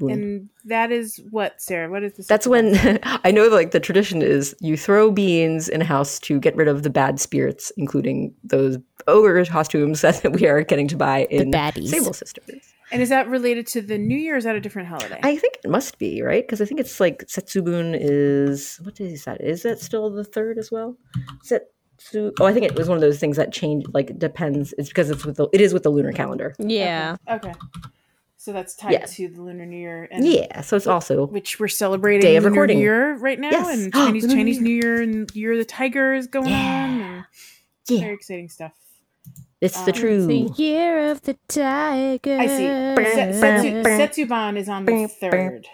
Speaker 3: And, and that is what, Sarah? What is the
Speaker 2: That's
Speaker 3: Setsuban?
Speaker 2: when I know like the tradition is you throw beans in a house to get rid of the bad spirits, including those ogre costumes that we are getting to buy in
Speaker 1: baddies.
Speaker 2: Sable Sisters.
Speaker 3: And is that related to the New Year or is that a different holiday?
Speaker 2: I think it must be, right? Because I think it's like Setsubun is what is that? Is that still the third as well? Setsu Oh, I think it was one of those things that change like it depends. It's because it's with the it is with the lunar calendar.
Speaker 1: Yeah.
Speaker 3: okay. So that's tied
Speaker 2: Yeah.
Speaker 3: to the Lunar New Year. And
Speaker 2: Yeah. So it's also
Speaker 3: Which we're celebrating
Speaker 2: Day of
Speaker 3: Lunar
Speaker 2: recording.
Speaker 3: New Year right now.
Speaker 2: Yes.
Speaker 3: And Chinese,
Speaker 2: Lunar New
Speaker 3: Chinese New Year and Year of the Tiger is going on. And
Speaker 2: Yeah.
Speaker 3: Very exciting stuff.
Speaker 2: it's the
Speaker 3: Um,
Speaker 2: true
Speaker 1: year of the tiger.
Speaker 3: I see. Setsu- Setsu- Setsuban is on the third.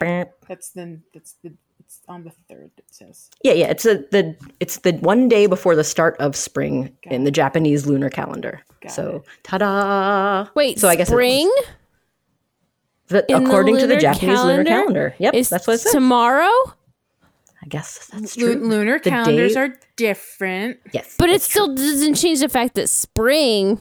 Speaker 3: That's the that's the it's on the third. It says.
Speaker 2: Yeah, yeah. It's a, the it's the one day before the start of spring
Speaker 3: Got
Speaker 2: in the Japanese lunar calendar.
Speaker 3: Got
Speaker 2: so ta-da!
Speaker 1: Wait,
Speaker 2: so I guess it's-
Speaker 1: spring
Speaker 2: the-
Speaker 1: in the
Speaker 2: according to the
Speaker 1: lunar
Speaker 2: Japanese lunar
Speaker 1: calendar
Speaker 2: calendar. Yep,
Speaker 1: is
Speaker 2: that's what it says.
Speaker 1: tomorrow,
Speaker 2: I guess that's
Speaker 3: Lu-
Speaker 2: true.
Speaker 3: lunar
Speaker 2: The
Speaker 3: calendars
Speaker 2: date-
Speaker 3: are different.
Speaker 2: yes,
Speaker 1: Mm-hmm. but it
Speaker 2: that's true.
Speaker 1: still doesn't change the fact that spring.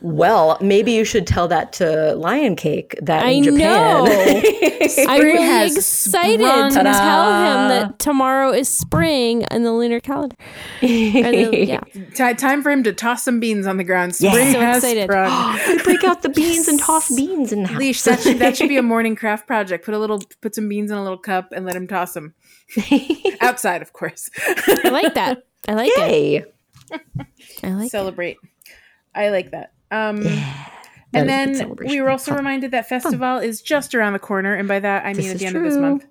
Speaker 2: well. Maybe you should tell that to Lion Cake that
Speaker 1: I
Speaker 2: in Japan.
Speaker 1: know. I'm
Speaker 3: Spring
Speaker 1: really
Speaker 3: has
Speaker 1: excited to
Speaker 3: sprung.
Speaker 1: tell him that tomorrow is spring in the lunar calendar. Or the- yeah.
Speaker 3: Ti time for him to toss some beans on the ground.
Speaker 2: Yeah.
Speaker 3: Spring
Speaker 1: So
Speaker 3: has
Speaker 1: excited.
Speaker 3: sprung.
Speaker 2: Break out the beans and toss beans in the house.
Speaker 3: Leash. That should, that should be a morning craft project. Put a little, put some beans in a little cup and let him toss them outside, of course.
Speaker 1: I like that. I like it.
Speaker 2: Yay!
Speaker 1: I like it.
Speaker 3: Celebrate. I like that. Um, and
Speaker 2: That is a good
Speaker 3: then
Speaker 2: celebration.
Speaker 3: we were also
Speaker 2: Fun.
Speaker 3: reminded that festival is just around the corner, and by that I mean
Speaker 2: This
Speaker 3: at
Speaker 2: is
Speaker 3: the end of this
Speaker 2: true.
Speaker 3: month.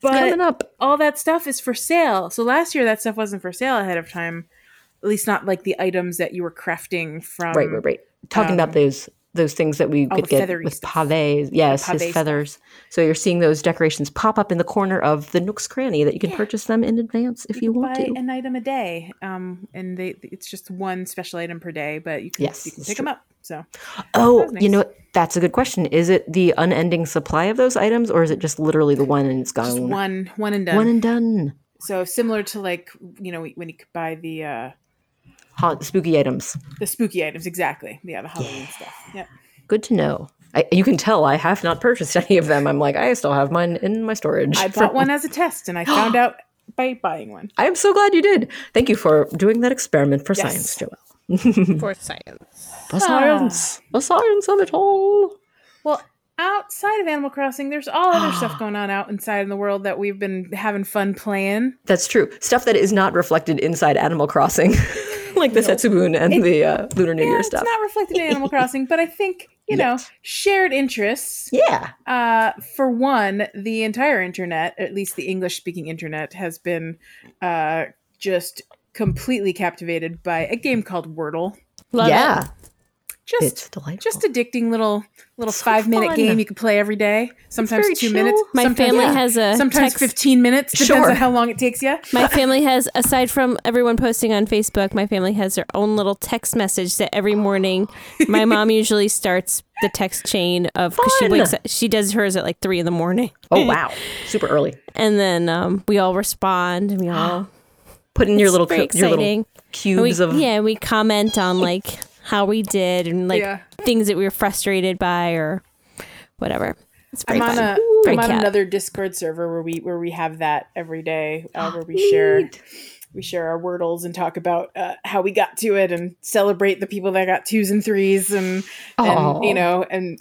Speaker 3: But
Speaker 2: coming up.
Speaker 3: all that stuff is for sale. So last year that stuff wasn't for sale ahead of time. At least not like the items that you were crafting from
Speaker 2: right, right, right. Talking
Speaker 3: um,
Speaker 2: about those those things that we
Speaker 3: all
Speaker 2: could
Speaker 3: the
Speaker 2: get
Speaker 3: feathery
Speaker 2: with
Speaker 3: stuff.
Speaker 2: pavés. Yes,
Speaker 3: pavé
Speaker 2: his
Speaker 3: stuff.
Speaker 2: feathers. So you're seeing those decorations pop up in the corner of the Nook's Cranny that you can
Speaker 3: Yeah.
Speaker 2: purchase them in advance if you want
Speaker 3: buy
Speaker 2: to.
Speaker 3: an item a day. Um and they it's just one special item per day, but you can,
Speaker 2: Yes,
Speaker 3: you can
Speaker 2: that's
Speaker 3: pick them up. So
Speaker 2: Oh,
Speaker 3: was
Speaker 2: you know
Speaker 3: nice.
Speaker 2: what? that's a good question. Is it the unending supply of those items, or is it just literally the one and it's gone?
Speaker 3: just one one and done.
Speaker 2: One and done.
Speaker 3: so similar to like you know when you could buy the uh
Speaker 2: Ha- spooky items.
Speaker 3: the spooky items exactly. Yeah, the Halloween stuff. Yep.
Speaker 2: Good to know. I, you can tell I have not purchased any of them. I'm like, I still have mine in my storage.
Speaker 3: I bought one as a test and I found out by buying one.
Speaker 2: I am so glad you did. Thank you for doing that experiment for
Speaker 3: Yes.
Speaker 2: science, Joelle.
Speaker 1: for science.
Speaker 2: The science, the science of it all.
Speaker 3: Well, outside of Animal Crossing, there's all other stuff going on out inside in the world that we've been having fun playing.
Speaker 2: That's true. Stuff that is not reflected inside Animal Crossing, like the Setsubun and the uh, Lunar New
Speaker 3: Yeah,
Speaker 2: Year
Speaker 3: it's
Speaker 2: stuff.
Speaker 3: not reflected in Animal Crossing, but I think you know shared interests.
Speaker 2: yeah,
Speaker 3: Uh, for one, the entire internet, at least the English-speaking internet, has been uh, just completely captivated by a game called Wordle.
Speaker 1: Love
Speaker 2: yeah,
Speaker 1: it.
Speaker 3: Just
Speaker 2: it's delightful.
Speaker 3: just addicting little little
Speaker 2: So
Speaker 3: five minute
Speaker 2: fun.
Speaker 3: game you can play every day. Sometimes
Speaker 2: very
Speaker 3: two
Speaker 2: chill.
Speaker 3: minutes.
Speaker 1: My
Speaker 3: sometimes,
Speaker 1: family has a
Speaker 3: sometimes
Speaker 1: text-
Speaker 3: fifteen minutes depends
Speaker 2: Sure.
Speaker 3: on how long it takes you.
Speaker 1: My family has, aside from everyone posting on Facebook, my family has their own little text message that every morning my mom usually starts the text chain of because she
Speaker 2: Fun.
Speaker 1: wakes up, she does hers at like three in the morning,
Speaker 2: oh wow, super early.
Speaker 1: and then um, we all respond and we all
Speaker 2: Put in your little
Speaker 1: very
Speaker 2: cu- your
Speaker 1: exciting.
Speaker 2: little
Speaker 1: and we,
Speaker 2: cubes of
Speaker 1: yeah we comment on like how we did and like
Speaker 3: Yeah.
Speaker 1: things that we were frustrated by or whatever. It's very
Speaker 3: I'm on
Speaker 1: fun.
Speaker 3: a
Speaker 1: Very
Speaker 3: am on
Speaker 1: cat.
Speaker 3: another Discord server where we where we have that every day uh,
Speaker 2: Ah,
Speaker 3: where we share we share our wordles and talk about uh, how we got to it and celebrate the people that got twos and threes and
Speaker 2: Aw.
Speaker 3: and you know and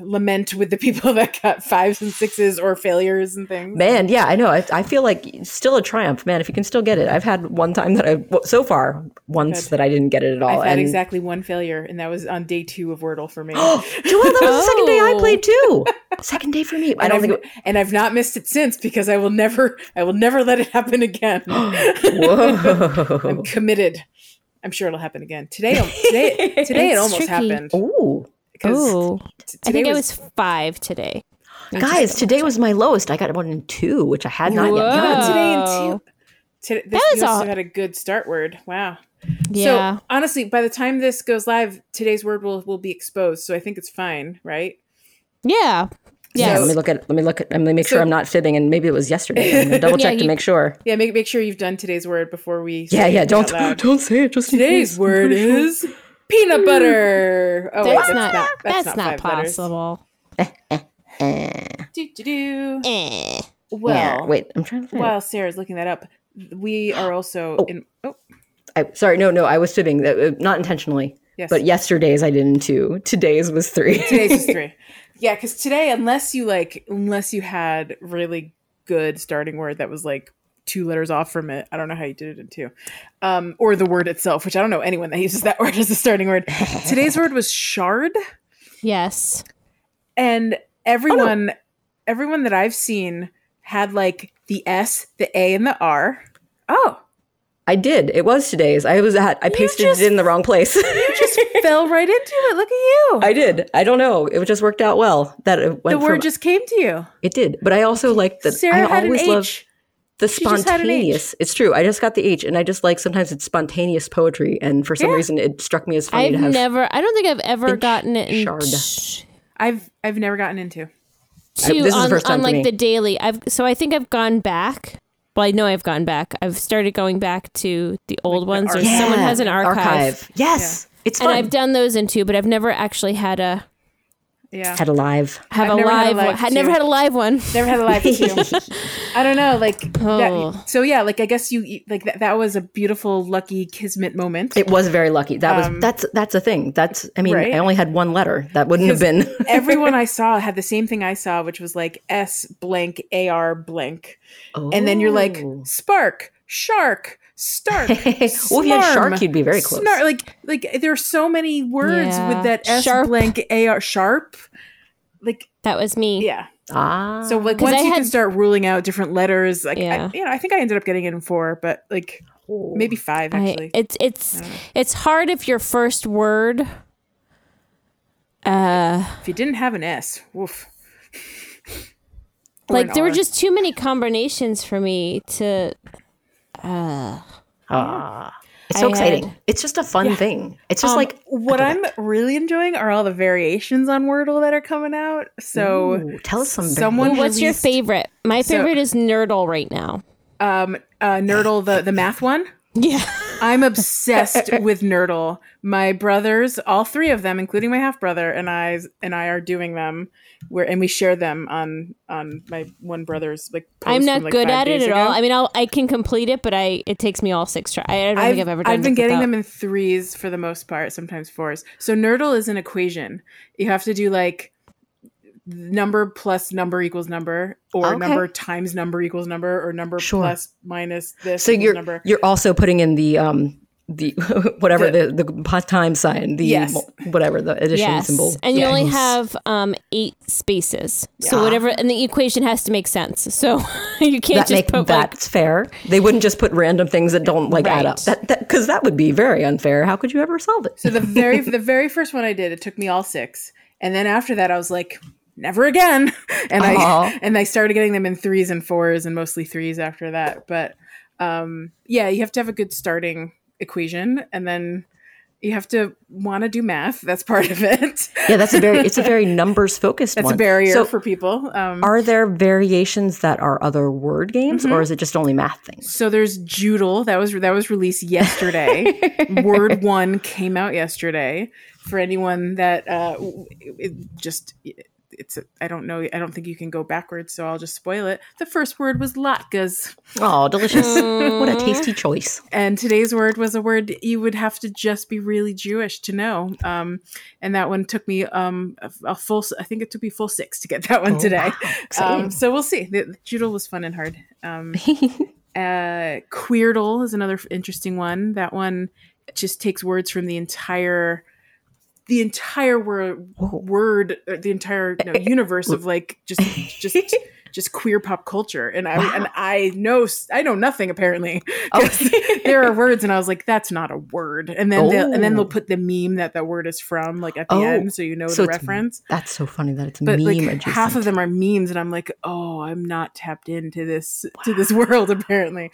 Speaker 3: lament with the people that got fives and sixes or failures and things.
Speaker 2: Man, yeah, I know. I, I feel like it's still a triumph, man. If you can still get it, I've had one time that I well, so far once that I didn't get it at all.
Speaker 3: I've had
Speaker 2: Oh, and
Speaker 3: exactly one failure, and that was on day two of Wordle for me.
Speaker 2: Joelle, that was the second day I
Speaker 1: Oh.
Speaker 2: played too. Second day for me. I
Speaker 3: and
Speaker 2: don't
Speaker 3: I've,
Speaker 2: think. It,
Speaker 3: and I've not missed it since because I will
Speaker 2: Oh.
Speaker 3: never I will never let it happen again.
Speaker 2: whoa.
Speaker 3: I'm committed. I'm sure it'll happen again today. Today, today it
Speaker 1: It's
Speaker 3: almost
Speaker 1: tricky.
Speaker 3: happened
Speaker 2: Ooh.
Speaker 3: because t-
Speaker 1: I
Speaker 3: today
Speaker 1: think
Speaker 3: was,
Speaker 1: I was five today.
Speaker 2: Guys, today was my lowest. I got one in two, which I had not yet.
Speaker 3: Oh,
Speaker 2: done.
Speaker 3: today and
Speaker 1: Oh.
Speaker 3: two. Today,
Speaker 1: That
Speaker 3: this, that
Speaker 1: was
Speaker 3: you must
Speaker 1: all-
Speaker 3: have had a good start word. Wow.
Speaker 1: Yeah.
Speaker 3: So honestly, by the time this goes live, today's word will will be exposed. So I think it's fine, right?
Speaker 1: yeah.
Speaker 2: Yeah,
Speaker 1: Yes.
Speaker 2: let me look at. Let me look at. Let me make sure
Speaker 3: So-
Speaker 2: I'm not fibbing. And maybe it was yesterday. I'm gonna double
Speaker 1: Yeah,
Speaker 2: check to
Speaker 1: you-
Speaker 2: make sure.
Speaker 3: Yeah, make make sure you've done today's word before we.
Speaker 2: Yeah,
Speaker 3: say
Speaker 2: yeah.
Speaker 3: it
Speaker 2: Don't
Speaker 3: out loud.
Speaker 2: don't say it. Just in
Speaker 3: Today's
Speaker 2: case.
Speaker 3: word is peanut butter. Oh, wait,
Speaker 1: that's, not, that's, not,
Speaker 3: five letters.
Speaker 1: possible.
Speaker 2: Eh,
Speaker 3: Do, do, do.
Speaker 1: Eh.
Speaker 3: Well,
Speaker 2: yeah, wait. I'm trying to. Find
Speaker 3: while Sarah's looking that up, we are also
Speaker 2: Oh.
Speaker 3: in. Oh,
Speaker 2: it. I, sorry, no, no. I was fibbing. That- uh, Not intentionally.
Speaker 3: yes.
Speaker 2: But yesterday's I did in two. Today's was three.
Speaker 3: Today's is three. Yeah, because today, unless you like, unless you had really good starting word that was like two letters off from it, I don't know how you did it in two, um, or the word itself, which I don't know anyone that uses that word as a starting word. Today's word was shard,
Speaker 1: Yes.
Speaker 2: Oh,
Speaker 3: and everyone, everyone that I've seen had like the S, the A, and the R. Oh,
Speaker 2: I did. It was today's. I was at. I pasted
Speaker 3: just-
Speaker 2: it in the wrong place.
Speaker 3: just fell right into it. Look at you.
Speaker 2: I did. I don't know. It just worked out well. That it
Speaker 3: the
Speaker 2: went
Speaker 3: word
Speaker 2: from,
Speaker 3: just came to you.
Speaker 2: It did. But I also like that.
Speaker 3: Sarah
Speaker 2: I
Speaker 3: had an
Speaker 2: always
Speaker 3: H.
Speaker 2: love the
Speaker 3: She just had an H.
Speaker 2: spontaneous. It's true. I just got the H, and I just like sometimes it's spontaneous poetry, and for some
Speaker 3: Yeah.
Speaker 2: reason it struck me as funny
Speaker 1: I've
Speaker 2: to Oh, have.
Speaker 1: never, I don't think I've ever
Speaker 2: Think
Speaker 1: gotten it in
Speaker 2: shard.
Speaker 1: t-
Speaker 3: I've I've never gotten into.
Speaker 2: I-
Speaker 1: two
Speaker 2: this is the
Speaker 1: on,
Speaker 2: first time
Speaker 1: on
Speaker 2: for
Speaker 1: like
Speaker 2: me.
Speaker 1: the daily. I've so I think I've gone back. Well, I know I've gone back. I've started going back to the old ones, or
Speaker 3: archive.
Speaker 1: someone has an archive,
Speaker 2: Yes, it's
Speaker 1: and
Speaker 2: fun.
Speaker 1: I've done those in two, but I've never actually had a
Speaker 3: Yeah.
Speaker 2: Had a live.
Speaker 1: have
Speaker 3: I've
Speaker 1: a
Speaker 3: never had a
Speaker 1: live, one.
Speaker 3: live
Speaker 1: Had never
Speaker 3: two.
Speaker 1: had a live one.
Speaker 3: Never had a live too. I don't know, like
Speaker 1: Oh.
Speaker 3: that, so. Yeah, like I guess you- you like that. That was a beautiful, lucky kismet moment.
Speaker 2: It was very lucky. That
Speaker 3: Um,
Speaker 2: was that's that's a thing. That's I mean
Speaker 3: right?
Speaker 2: I only had one letter. That wouldn't have been.
Speaker 3: Everyone I saw had the same thing I saw, which was like S blank AR blank, and then you're like
Speaker 2: Oh.
Speaker 3: spark shark stark.
Speaker 2: well, if you had shark, you'd be very close.
Speaker 3: Snar- like like there are so many words
Speaker 1: Yeah.
Speaker 3: with that S
Speaker 1: Sharp.
Speaker 3: blank AR sharp. Like
Speaker 1: That was me.
Speaker 3: yeah,
Speaker 2: ah,
Speaker 3: so like
Speaker 1: Um, 'Cause
Speaker 3: once
Speaker 1: I
Speaker 3: you can
Speaker 1: had-
Speaker 3: start ruling out different letters, like
Speaker 1: Yeah.
Speaker 3: I, you know, I think I ended up getting it in four, but like maybe five
Speaker 1: I-
Speaker 3: actually.
Speaker 1: it's it's it's hard if your first word. Uh,
Speaker 3: If you didn't have an S, woof. Or
Speaker 1: like
Speaker 3: an
Speaker 1: there were
Speaker 3: R.
Speaker 1: just too many combinations for me to.
Speaker 2: Ah. It's so
Speaker 1: I
Speaker 2: exciting.
Speaker 1: had-
Speaker 2: It's just a fun thing. It's just
Speaker 3: Um,
Speaker 2: like
Speaker 3: what I'm really enjoying are all the variations on Wordle that are coming out. So
Speaker 2: ooh, tell us some
Speaker 3: someone-
Speaker 1: What's your
Speaker 3: Released-
Speaker 1: favorite? My favorite is Nerdle right now.
Speaker 3: um uh Nerdle the the math one.
Speaker 1: Yeah.
Speaker 3: I'm obsessed with Nerdle. My brothers, all three of them, including my half brother and I and I are doing them where and we share them on on my one brother's like
Speaker 1: I'm
Speaker 3: post
Speaker 1: not
Speaker 3: from, like,
Speaker 1: good
Speaker 3: five
Speaker 1: at it
Speaker 3: days
Speaker 1: at
Speaker 3: ago.
Speaker 1: all. I mean, I'll, I can complete it, but I it takes me all six tries. I don't think I've ever done.
Speaker 3: been
Speaker 1: it
Speaker 3: getting
Speaker 1: without-
Speaker 3: them in threes for the most part, sometimes fours. So Nerdle is an equation. You have to do like number plus number equals number, or
Speaker 2: Okay.
Speaker 3: number times number equals number, or number
Speaker 2: Sure.
Speaker 3: plus minus this
Speaker 2: So
Speaker 3: equals
Speaker 2: you're
Speaker 3: number.
Speaker 2: you're also putting in the um the whatever the the, po- time sign the
Speaker 3: Yes.
Speaker 2: mo- whatever the addition
Speaker 1: Yes,
Speaker 2: symbol.
Speaker 1: and you only
Speaker 2: Yes.
Speaker 1: have um, eight spaces, so whatever, and the equation has to make sense. So you can't
Speaker 2: that
Speaker 1: just
Speaker 2: make
Speaker 1: put like
Speaker 2: that's fair. They wouldn't just put random things that don't like add up.
Speaker 1: Right.
Speaker 2: That that because that would be very unfair. How could you ever solve it?
Speaker 3: So the very the very first one I did, it took me all six, and then after that, I was like. Never again, and
Speaker 2: Aw.
Speaker 3: I and I started getting them in threes and fours and mostly threes after that. But um, yeah, you have to have a good starting equation, and then you have to want to do math. That's part of it.
Speaker 2: Yeah, that's a very it's a very numbers focused
Speaker 3: That's
Speaker 2: one.
Speaker 3: a barrier
Speaker 2: So
Speaker 3: for people. Um,
Speaker 2: are there variations that are other word games, or is it just only math things?
Speaker 3: so there's Joodle that was that was released yesterday. Word one came out yesterday. For anyone that uh, w- it, it just it's a, I don't know I don't think you can go backwards, so I'll just spoil it. The first word was latkes,
Speaker 2: Oh, delicious! what a tasty choice.
Speaker 3: and today's word was a word you would have to just be really Jewish to know. Um, and that one took me um, a, a full s- I think it took me full six to get that one
Speaker 2: Oh,
Speaker 3: today.
Speaker 2: wow.
Speaker 3: Um,
Speaker 2: Exciting.
Speaker 3: so we'll see. The, the Joodle was fun and hard. Um, uh, Queerdle is another f- interesting one. That one just takes words from the entire, the entire word,
Speaker 2: Whoa.
Speaker 3: word, uh, the entire no, universe of like just just just queer pop culture, and I and I know s- I know nothing apparently. 'Cause there are words, and I was like, that's not a word. And then they'll, and then they'll
Speaker 2: Oh.
Speaker 3: put the meme that that word is from, like at the
Speaker 2: Oh.
Speaker 3: end, so you know
Speaker 2: So
Speaker 3: the
Speaker 2: it's-
Speaker 3: reference.
Speaker 2: That's so funny that it's
Speaker 3: But
Speaker 2: meme
Speaker 3: like
Speaker 2: adjacent.
Speaker 3: half of them are memes, and I'm like, oh, I'm not tapped into this to this world apparently.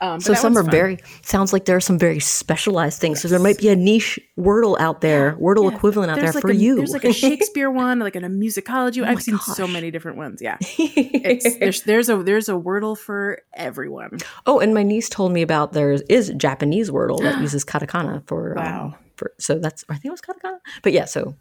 Speaker 3: Um, but
Speaker 2: So
Speaker 3: that
Speaker 2: some
Speaker 3: one's fun.
Speaker 2: are very sounds like there are some very specialized things. So there might be a niche Wordle out there, Wordle
Speaker 3: Yeah,
Speaker 2: equivalent out there
Speaker 3: there's like
Speaker 2: for
Speaker 3: a,
Speaker 2: you.
Speaker 3: There's like a Shakespeare one, like an, a musicology.
Speaker 2: Oh my
Speaker 3: I've seen so
Speaker 2: gosh.
Speaker 3: many different ones. Yeah, it's, there's there's a there's a Wordle for everyone.
Speaker 2: oh, and my niece told me about there is Japanese Wordle that uses katakana for um,
Speaker 3: Wow.
Speaker 2: for so that's I think it was katakana, but yeah, so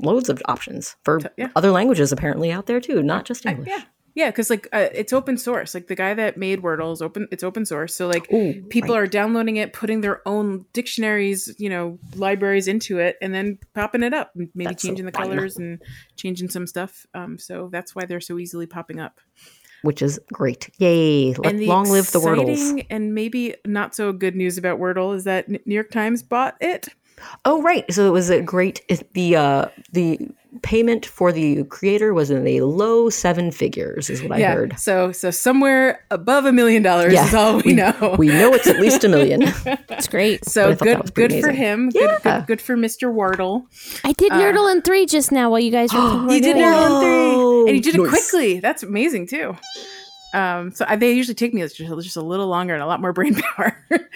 Speaker 2: loads of options for
Speaker 3: yeah.
Speaker 2: other languages apparently out there too, not just English.
Speaker 3: Yeah, yeah, because like uh, it's open source. Like the guy that made Wordle is open. It's open source, so like
Speaker 2: Ooh,
Speaker 3: people are downloading it, putting their own dictionaries, you know, libraries into it, and then popping it up. m- Maybe
Speaker 2: That's so
Speaker 3: changing the
Speaker 2: fun.
Speaker 3: colors and changing some stuff. Um, so that's why they're so easily popping up.
Speaker 2: which is great. Yay! Let,
Speaker 3: And the
Speaker 2: long live the Wordles.
Speaker 3: exciting And maybe not so good news about Wordle is that N- New York Times bought it.
Speaker 2: Oh, right. So it was a great it- the uh, the payment for the creator was in the low seven figures, is what I heard.
Speaker 3: So so somewhere above a million dollars
Speaker 2: Yeah,
Speaker 3: is all we, know.
Speaker 2: We know it's at least a million.
Speaker 1: It's great.
Speaker 2: but I
Speaker 3: so
Speaker 2: thought that was
Speaker 3: good good
Speaker 2: pretty
Speaker 3: for
Speaker 2: amazing.
Speaker 3: him. Good,
Speaker 2: Yeah.
Speaker 3: good good for Mr. Wardle.
Speaker 1: I did Nerdle in three just now while you guys were.
Speaker 3: Uh, You did
Speaker 1: doing
Speaker 3: it
Speaker 1: it.
Speaker 3: on three. And you did it
Speaker 2: Nice.
Speaker 3: quickly. That's amazing too. Um, so I, they usually take me just, just a little longer and a lot more brain power. Good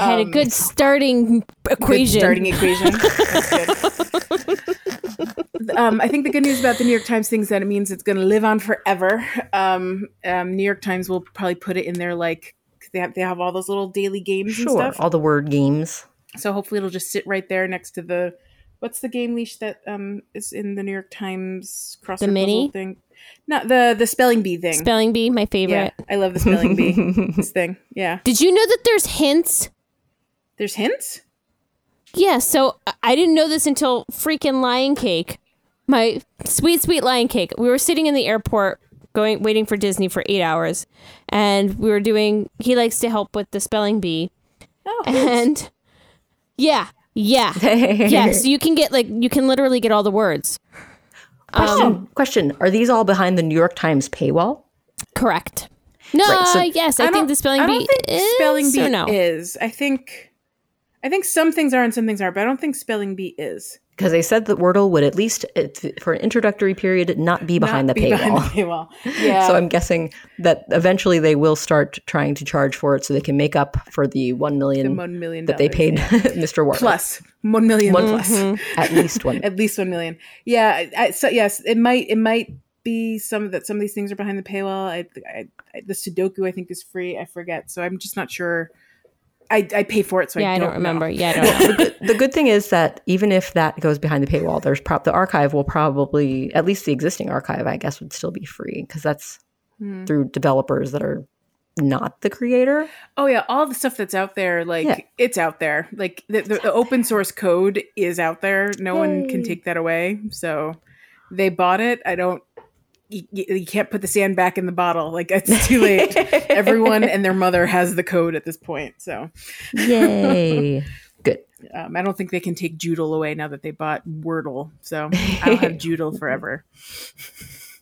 Speaker 1: I had a good starting equation.
Speaker 3: Um, starting equation. That's good. um, I think the good news about the New York Times thing is that it means it's going to live on forever. Um, um, New York Times will probably put it in their like 'cause they have they have all those little daily games and
Speaker 2: Sure.
Speaker 3: stuff.
Speaker 2: All the word games.
Speaker 3: So hopefully it'll just sit right there next to the what's the game leash that um is in the New York Times crossword puzzle
Speaker 1: mini?
Speaker 3: thing? Not the the spelling bee thing.
Speaker 1: Spelling bee, my
Speaker 3: yeah,
Speaker 1: favorite.
Speaker 3: I love the spelling bee. this thing. Yeah.
Speaker 1: Did you know that there's hints?
Speaker 3: There's hints?
Speaker 1: Yeah, so I- I didn't know this until freaking Lion Cake. My sweet, sweet Lion Cake. We were sitting in the airport going waiting for Disney for eight hours. And we were doing he likes to help with the spelling bee.
Speaker 3: Oh, hints.
Speaker 1: And yeah. Yeah. yeah. So you can get like you can literally get all the words.
Speaker 2: Question. question. Are these all behind the New York Times paywall?
Speaker 1: Correct. No,
Speaker 2: Right, so-
Speaker 1: yes, I,
Speaker 3: don't-
Speaker 1: think the spelling
Speaker 3: I don't
Speaker 1: bee
Speaker 3: think
Speaker 1: is
Speaker 3: spelling bee
Speaker 1: or no.
Speaker 3: is. I think I think some things are and some things aren't, but I don't think spelling bee is.
Speaker 2: Because they said that Wordle would at least, uh, th- for an introductory period, not be behind
Speaker 3: Not
Speaker 2: the
Speaker 3: be
Speaker 2: paywall.
Speaker 3: behind the paywall. Yeah.
Speaker 2: So I'm guessing that eventually they will start trying to charge for it, so they can make up for the one million
Speaker 3: The one million
Speaker 2: that they
Speaker 3: dollars,
Speaker 2: paid Mr. Wordle.
Speaker 3: plus. One million
Speaker 2: One-
Speaker 3: plus.
Speaker 1: Mm-hmm.
Speaker 2: at least one.
Speaker 3: at least one million. Yeah. I, I- so yes, it might it might be some that some of these things are behind the paywall. I, I, I the Sudoku I think is free. I forget, so I'm just not sure. I, I pay for it, so
Speaker 1: yeah,
Speaker 3: I, don't know.
Speaker 1: remember. Yeah, I don't know.
Speaker 2: the good thing is that even if that goes behind the paywall, there's prop the archive will probably at least the existing archive, I guess, would still be free because that's
Speaker 3: Hmm.
Speaker 2: through developers that are not the creator.
Speaker 3: Oh yeah, all the stuff that's out there, like
Speaker 2: Yeah.
Speaker 3: it's out there. Like the, the, the open source code is out there. No one can
Speaker 2: Yay.
Speaker 3: take that away. So they bought it. I don't. You, you can't put the sand back in the bottle. Like it's too late. Everyone and their mother has the code at this point. So
Speaker 2: Yay. Good.
Speaker 3: um, I don't think they can take Joodle away now that they bought Wordle. So I'll have Joodle forever.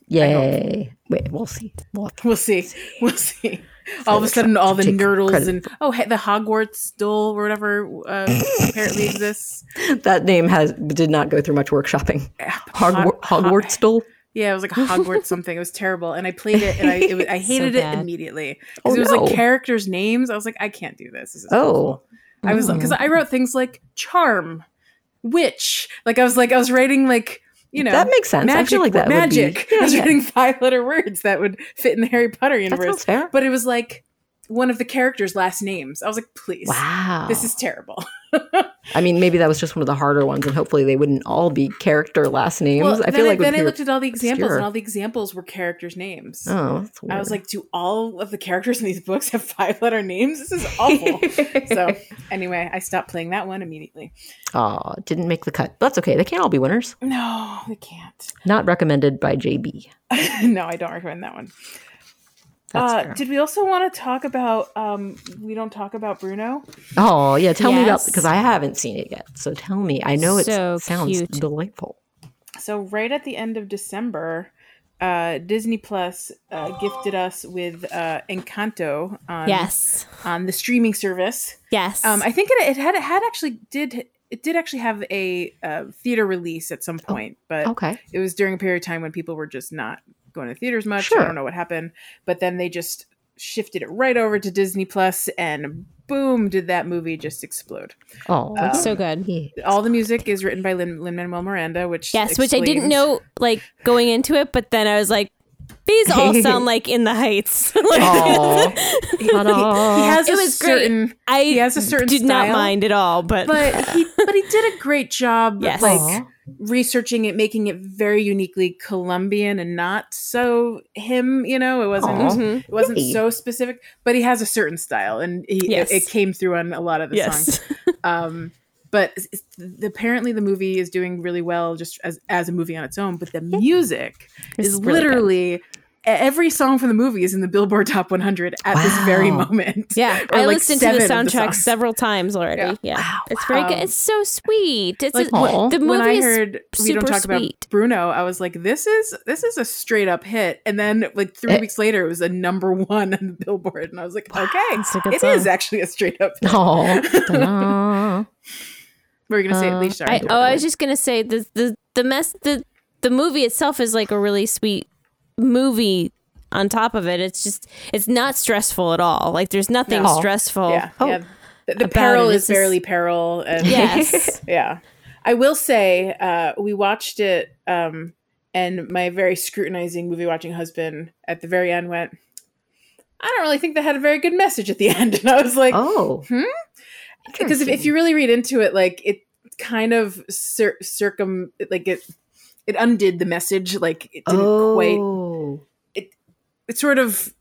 Speaker 2: Yay. Wait, we'll see. We'll have to-
Speaker 3: We'll see. We'll see. All of a
Speaker 2: let's
Speaker 3: sudden, all the
Speaker 2: take
Speaker 3: nerdles
Speaker 2: credit
Speaker 3: and oh, he- the Hogwarts Dole or whatever uh, apparently exists.
Speaker 2: that name has did not go through much workshopping. Hogwarts
Speaker 3: hot-
Speaker 2: Hogwarts still.
Speaker 3: Yeah, it was like Hogwarts something. It was terrible, and I played it, and I it was, I
Speaker 1: So
Speaker 3: hated it
Speaker 1: bad.
Speaker 3: immediately because
Speaker 2: Oh,
Speaker 3: it was
Speaker 2: no.
Speaker 3: like characters' names. I was like, I can't do this. this is
Speaker 2: Oh.
Speaker 3: awful. I was because I wrote things like charm, witch. Like I was like I was writing like you know
Speaker 2: that makes sense. I feel like that
Speaker 3: magic.
Speaker 2: would be.
Speaker 3: I was
Speaker 2: Yeah, yeah.
Speaker 3: writing five letter words that would fit in the Harry Potter
Speaker 2: That sounds
Speaker 3: universe,
Speaker 2: fair.
Speaker 3: but it was like one of the characters' last names. I was like, please,
Speaker 2: Wow.
Speaker 3: this is terrible.
Speaker 2: I mean, maybe that was just one of the harder ones, and hopefully they wouldn't all be character last names. I
Speaker 3: then
Speaker 2: feel like
Speaker 3: then
Speaker 2: when
Speaker 3: I
Speaker 2: people-
Speaker 3: looked at all the examples,
Speaker 2: obscure.
Speaker 3: and all the examples were characters' names.
Speaker 2: Oh, that's weird.
Speaker 3: I was like, do all of the characters in these books have five letter names? This is awful. so anyway, I stopped playing that one immediately.
Speaker 2: oh, didn't make the cut. But that's okay. They can't all be winners.
Speaker 3: No, I can't.
Speaker 2: Not recommended by JB.
Speaker 3: no, I don't recommend that one.
Speaker 2: That's
Speaker 3: uh,
Speaker 2: fair.
Speaker 3: Did we also want to talk about? Um, we don't talk about Bruno.
Speaker 2: Oh, yeah. Tell me about
Speaker 1: Yes.
Speaker 2: because I haven't seen it yet. So tell me. I know it
Speaker 1: So
Speaker 2: sounds
Speaker 1: cute.
Speaker 2: delightful.
Speaker 3: So right at the end of December, uh, Disney Plus uh, gifted us with uh, Encanto on
Speaker 1: Yes.
Speaker 3: on the streaming service.
Speaker 1: Yes.
Speaker 3: Um, I think it, it had it had actually did it did actually have a uh, theater release at some
Speaker 2: Oh,
Speaker 3: point, but
Speaker 2: Okay.
Speaker 3: it was during a period of time when people were just not going to theaters much.
Speaker 2: Sure.
Speaker 3: I don't know what happened, but then they just shifted it right over to Disney Plus, and boom, did that movie just explode!
Speaker 2: Oh,
Speaker 3: Uh,
Speaker 1: so good.
Speaker 3: All the music is written by Lin Manuel Miranda, which
Speaker 1: Yes, which I didn't
Speaker 3: explains-
Speaker 1: know like going into it, but then I was like, these all sound like In the Heights. like,
Speaker 3: He, he- he has
Speaker 1: It
Speaker 3: a
Speaker 1: was great.
Speaker 3: certain.
Speaker 1: I
Speaker 3: He has a certain
Speaker 1: did not
Speaker 3: style.
Speaker 1: mind at all, but,
Speaker 3: but he but he did a great job
Speaker 1: Yes.
Speaker 3: like
Speaker 2: Aw.
Speaker 3: researching it making it very uniquely colombian and not so him you know it wasn't
Speaker 2: Aw.
Speaker 1: Mhm.
Speaker 3: it wasn't
Speaker 2: Yay.
Speaker 3: so specific but he has a certain style and he,
Speaker 1: Yes.
Speaker 3: it, it came through on a lot of the songs
Speaker 1: yes,
Speaker 3: um but it's- it's- apparently the movie is doing really well just as, as a movie on its own but the music
Speaker 1: It's
Speaker 3: is
Speaker 1: really good.
Speaker 3: literally e, every song from the movie is in the billboard top 100 at this very
Speaker 2: Wow.
Speaker 3: moment
Speaker 1: yeah.
Speaker 3: Or
Speaker 1: I
Speaker 3: like
Speaker 1: listened to the
Speaker 3: seven of the
Speaker 1: soundtrack
Speaker 3: songs.
Speaker 1: several times already.
Speaker 3: Yeah.
Speaker 1: Yeah,
Speaker 2: Wow,
Speaker 1: it's very good.
Speaker 3: wow.
Speaker 1: It's so sweet. It's
Speaker 3: Like,
Speaker 1: a-
Speaker 2: aw.
Speaker 1: the
Speaker 3: when I
Speaker 1: movie is
Speaker 3: heard we don't
Speaker 1: super
Speaker 3: talk
Speaker 1: sweet.
Speaker 3: about Bruno, I was like, "This is this is a straight up hit." And then like three
Speaker 2: Eh.
Speaker 3: weeks later, it was a number one on the Billboard, and I was like, "Okay,
Speaker 1: It's a
Speaker 3: it
Speaker 1: good
Speaker 3: is
Speaker 1: song.
Speaker 3: actually a straight up." Hit.
Speaker 2: Oh. Ta-da.
Speaker 3: We're gonna say at
Speaker 2: Um,
Speaker 3: least.
Speaker 1: I, oh, I was just gonna say the the the mess the the movie itself is like a really sweet movie. On top of it, it's just it's not stressful at all. Like there's nothing
Speaker 2: No.
Speaker 1: stressful.
Speaker 3: yeah, yeah. The, the
Speaker 1: About
Speaker 3: peril
Speaker 1: it,
Speaker 3: is
Speaker 1: it's just-
Speaker 3: barely peril, and
Speaker 1: Yes.
Speaker 3: yeah. I will say, uh, we watched it, um, and my very scrutinizing movie watching husband at the very end went, "I don't really think they had a very good message at the end," and I was like,
Speaker 2: Oh.
Speaker 3: Hmm? because if, if you really read into it like it kind of cir- circum like it it undid the message like it didn't quite
Speaker 2: oh.
Speaker 3: it sort of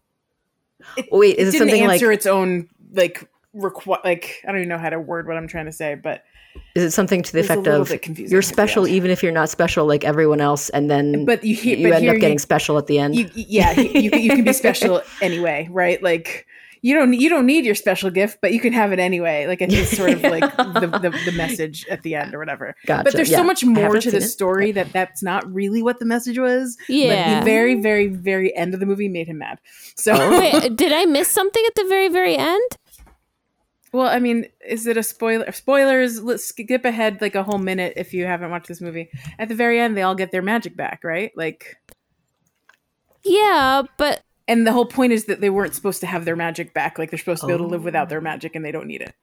Speaker 2: Wait, is it
Speaker 3: didn't
Speaker 2: something like
Speaker 3: answer its own like requ- like i don't even know how to word what i'm trying to say but
Speaker 2: is it something to the
Speaker 3: it's a
Speaker 2: effect
Speaker 3: little
Speaker 2: of
Speaker 3: bit confusing
Speaker 2: you're
Speaker 3: at the
Speaker 2: special
Speaker 3: end.
Speaker 2: even if you're not special like everyone else and then
Speaker 3: but you hear
Speaker 2: you
Speaker 3: but
Speaker 2: end
Speaker 3: here
Speaker 2: up getting
Speaker 3: you,
Speaker 2: special at the end.
Speaker 3: you, yeah you, you, can- you can be special anyway right like you don't you don't need your special gift but you can have it anyway like it's just sort of like the, the, the message at the end or whatever
Speaker 2: gotcha.
Speaker 3: but there's
Speaker 2: yeah.
Speaker 3: so much
Speaker 2: I
Speaker 3: more
Speaker 2: haven't
Speaker 3: to
Speaker 2: seen
Speaker 3: the
Speaker 2: it.
Speaker 3: story that that's not really what the message was. But
Speaker 1: Yeah.
Speaker 3: the very, very, very end of the movie made him mad. So,
Speaker 1: Wait, did I miss something at the very very end?
Speaker 3: well, I mean, is it a spoiler? Spoilers. Let's skip ahead like a whole minute if you haven't watched this movie. At the very end, they all get their magic back, right? Like,
Speaker 1: Yeah, but
Speaker 3: and the whole point is that they weren't supposed to have their magic back. Like, they're supposed to be able to live without their
Speaker 1: Oh.
Speaker 3: magic, and they don't need it.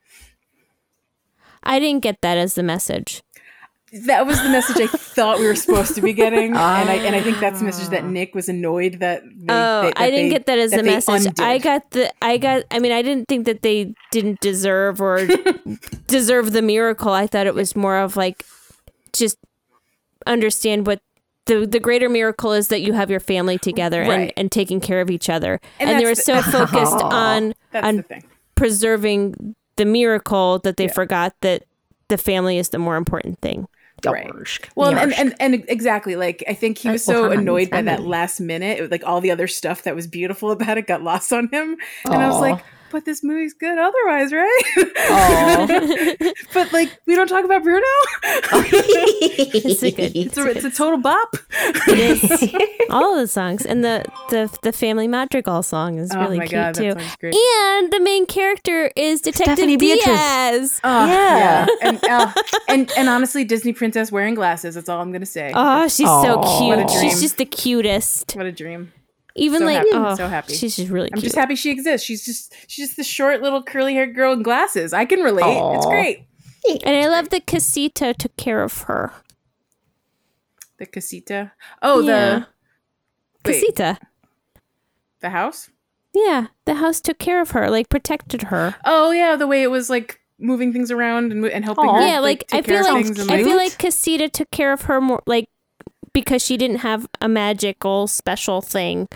Speaker 1: I didn't get that as the message.
Speaker 3: That was the message I thought we were supposed to be getting, and I and I think that's the message that Nick was annoyed that. They,
Speaker 1: Ah. oh,
Speaker 3: that- that
Speaker 1: I didn't
Speaker 3: they-
Speaker 1: get that as
Speaker 3: that
Speaker 1: the
Speaker 3: they
Speaker 1: message. I
Speaker 3: undid.
Speaker 1: got the I got I mean I didn't think that they didn't deserve or deserve the miracle. I thought it was more of like just understand what the the greater miracle is that you have your family together
Speaker 3: Right.
Speaker 1: and, and taking care of each other.
Speaker 3: And
Speaker 1: And, they were
Speaker 3: that's
Speaker 1: so focused on
Speaker 3: That's
Speaker 1: on
Speaker 3: the thing.
Speaker 1: preserving the miracle that they
Speaker 3: Yeah.
Speaker 1: forgot that the family is the more important thing.
Speaker 3: Right.
Speaker 2: Yarsh.
Speaker 3: Well, and,
Speaker 2: Yarsh.
Speaker 3: and and exactly like I think he
Speaker 2: Like,
Speaker 3: was
Speaker 2: well,
Speaker 3: so
Speaker 2: Hannah
Speaker 3: annoyed
Speaker 2: needs
Speaker 3: by that
Speaker 2: Emily.
Speaker 3: last minute, it- like all the other stuff that was beautiful about it got lost on him, and I was
Speaker 2: Aw.
Speaker 3: like, "But this movie's good otherwise, right?"
Speaker 1: it's
Speaker 3: but like we don't talk about Bruno.
Speaker 1: a good.
Speaker 3: It's a, it's a total bop.
Speaker 1: all of the songs and the the the family madrigal song is
Speaker 3: oh
Speaker 1: really
Speaker 3: my
Speaker 1: cute
Speaker 3: god,
Speaker 1: too.
Speaker 3: that sounds great.
Speaker 1: And the main character is Detective
Speaker 2: Stephanie Beatrice.
Speaker 1: Diaz.
Speaker 3: Oh,
Speaker 2: Yeah.
Speaker 3: and, oh, and and honestly, Disney princess wearing glasses. That's all I'm gonna say.
Speaker 1: Oh, she's
Speaker 2: Aw.
Speaker 1: so
Speaker 3: What
Speaker 1: cute.
Speaker 3: a
Speaker 1: She's
Speaker 3: dream.
Speaker 1: just the cutest.
Speaker 3: What a dream!
Speaker 1: Even
Speaker 3: So
Speaker 1: like,
Speaker 3: happy.
Speaker 1: oh,
Speaker 3: So happy.
Speaker 1: she's just really
Speaker 3: I'm
Speaker 1: cute.
Speaker 3: just happy she exists. She's just she's just the short little curly haired girl in glasses. I can relate. It's
Speaker 2: Aw.
Speaker 3: great.
Speaker 1: and I love that Casita took care of her.
Speaker 3: The casita. Oh,
Speaker 1: Yeah.
Speaker 3: the wait,
Speaker 1: Casita.
Speaker 3: the house.
Speaker 1: Yeah, the house took care of her, like protected her.
Speaker 3: Oh yeah, the way it was like moving things around and, mo- and helping. her,
Speaker 1: yeah, like,
Speaker 3: take
Speaker 1: I feel
Speaker 3: care of
Speaker 1: like
Speaker 3: things and,
Speaker 1: I feel like Casita took care of her more like because she didn't have a magical special thing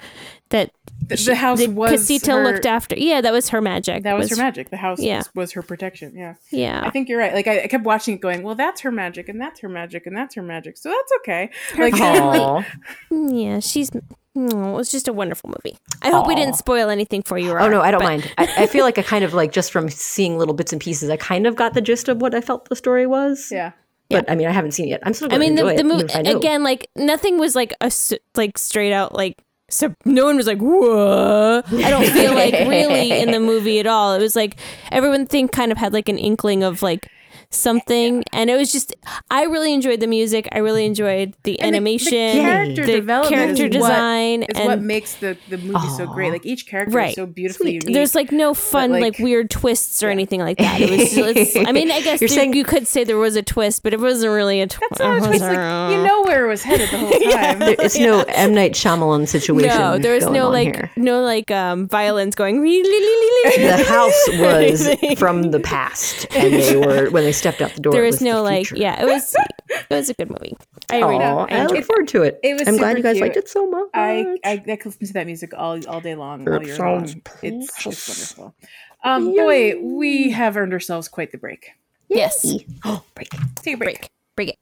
Speaker 1: that
Speaker 3: the, the house
Speaker 1: that
Speaker 3: was
Speaker 1: Casita
Speaker 3: her-
Speaker 1: looked after. Yeah, that was her magic.
Speaker 3: That was, her magic. The house
Speaker 1: yeah. Ah.
Speaker 3: was, was her protection. Yeah, I
Speaker 1: Yeah,
Speaker 3: think you're right. Like I, I kept watching it, going, "Well, that's her magic, and that's her magic, and that's her magic." So that's okay. Like,
Speaker 2: Aw.
Speaker 1: yeah. She's. Oh, it was just a wonderful movie. I hope we didn't spoil anything for you.
Speaker 2: Oh no, I don't mind. I, I feel like I kind of like just from seeing little bits and pieces, I kind of got the gist of what I felt the story was.
Speaker 3: yeah,
Speaker 2: But I mean, I haven't seen it yet. I'm still.
Speaker 1: I
Speaker 2: Gonna
Speaker 1: mean, the,
Speaker 2: enjoy
Speaker 1: the
Speaker 2: it, even
Speaker 1: movie
Speaker 2: if I know.
Speaker 1: again, like nothing was like a s- like straight out like. So no one was like, "Whoa!" I don't feel like really in the movie at all. It was like everyone think kind of had like an inkling of like something, and it was just. I really enjoyed the music. I really enjoyed the
Speaker 3: And the-
Speaker 1: animation,
Speaker 3: the character
Speaker 1: the
Speaker 3: development,
Speaker 1: character
Speaker 3: is what-
Speaker 1: design,
Speaker 3: is
Speaker 1: and
Speaker 3: what makes the the movie so great. Like each character
Speaker 1: Right.
Speaker 3: is so beautifully unique.
Speaker 1: there's like no fun like,
Speaker 3: like-
Speaker 1: weird twists or anything like that. It was. It's, I mean, I guess
Speaker 2: You're
Speaker 1: you
Speaker 2: saying-
Speaker 1: you could say there was a twist, but it wasn't really a twist.
Speaker 3: That's how it's- it's like, you know where it was headed the whole time.
Speaker 2: There- it's no M Night Shyamalan situation.
Speaker 1: No, there was
Speaker 2: going
Speaker 1: no
Speaker 2: on
Speaker 1: like
Speaker 2: here.
Speaker 1: no like um violins going. "Wee, lee, lee, lee, lee."
Speaker 2: The house was from the past, and they were when they stepped out the door.
Speaker 1: There
Speaker 2: it
Speaker 1: was,
Speaker 2: the
Speaker 1: no like
Speaker 2: future.
Speaker 1: yeah. It was it was a good movie. I really
Speaker 2: Aw, I look
Speaker 1: enjoyed it.
Speaker 2: forward to it.
Speaker 3: It was
Speaker 2: I'm glad
Speaker 3: super
Speaker 2: you guys
Speaker 3: cute.
Speaker 2: liked it so much.
Speaker 3: I, I I could listen to that music all all day long, all
Speaker 2: It
Speaker 3: year long.
Speaker 2: sounds
Speaker 3: It's, it's wonderful. Um, boy, we have earned ourselves quite the break.
Speaker 1: Yes,
Speaker 2: oh, break.
Speaker 3: Take a break.
Speaker 1: break it,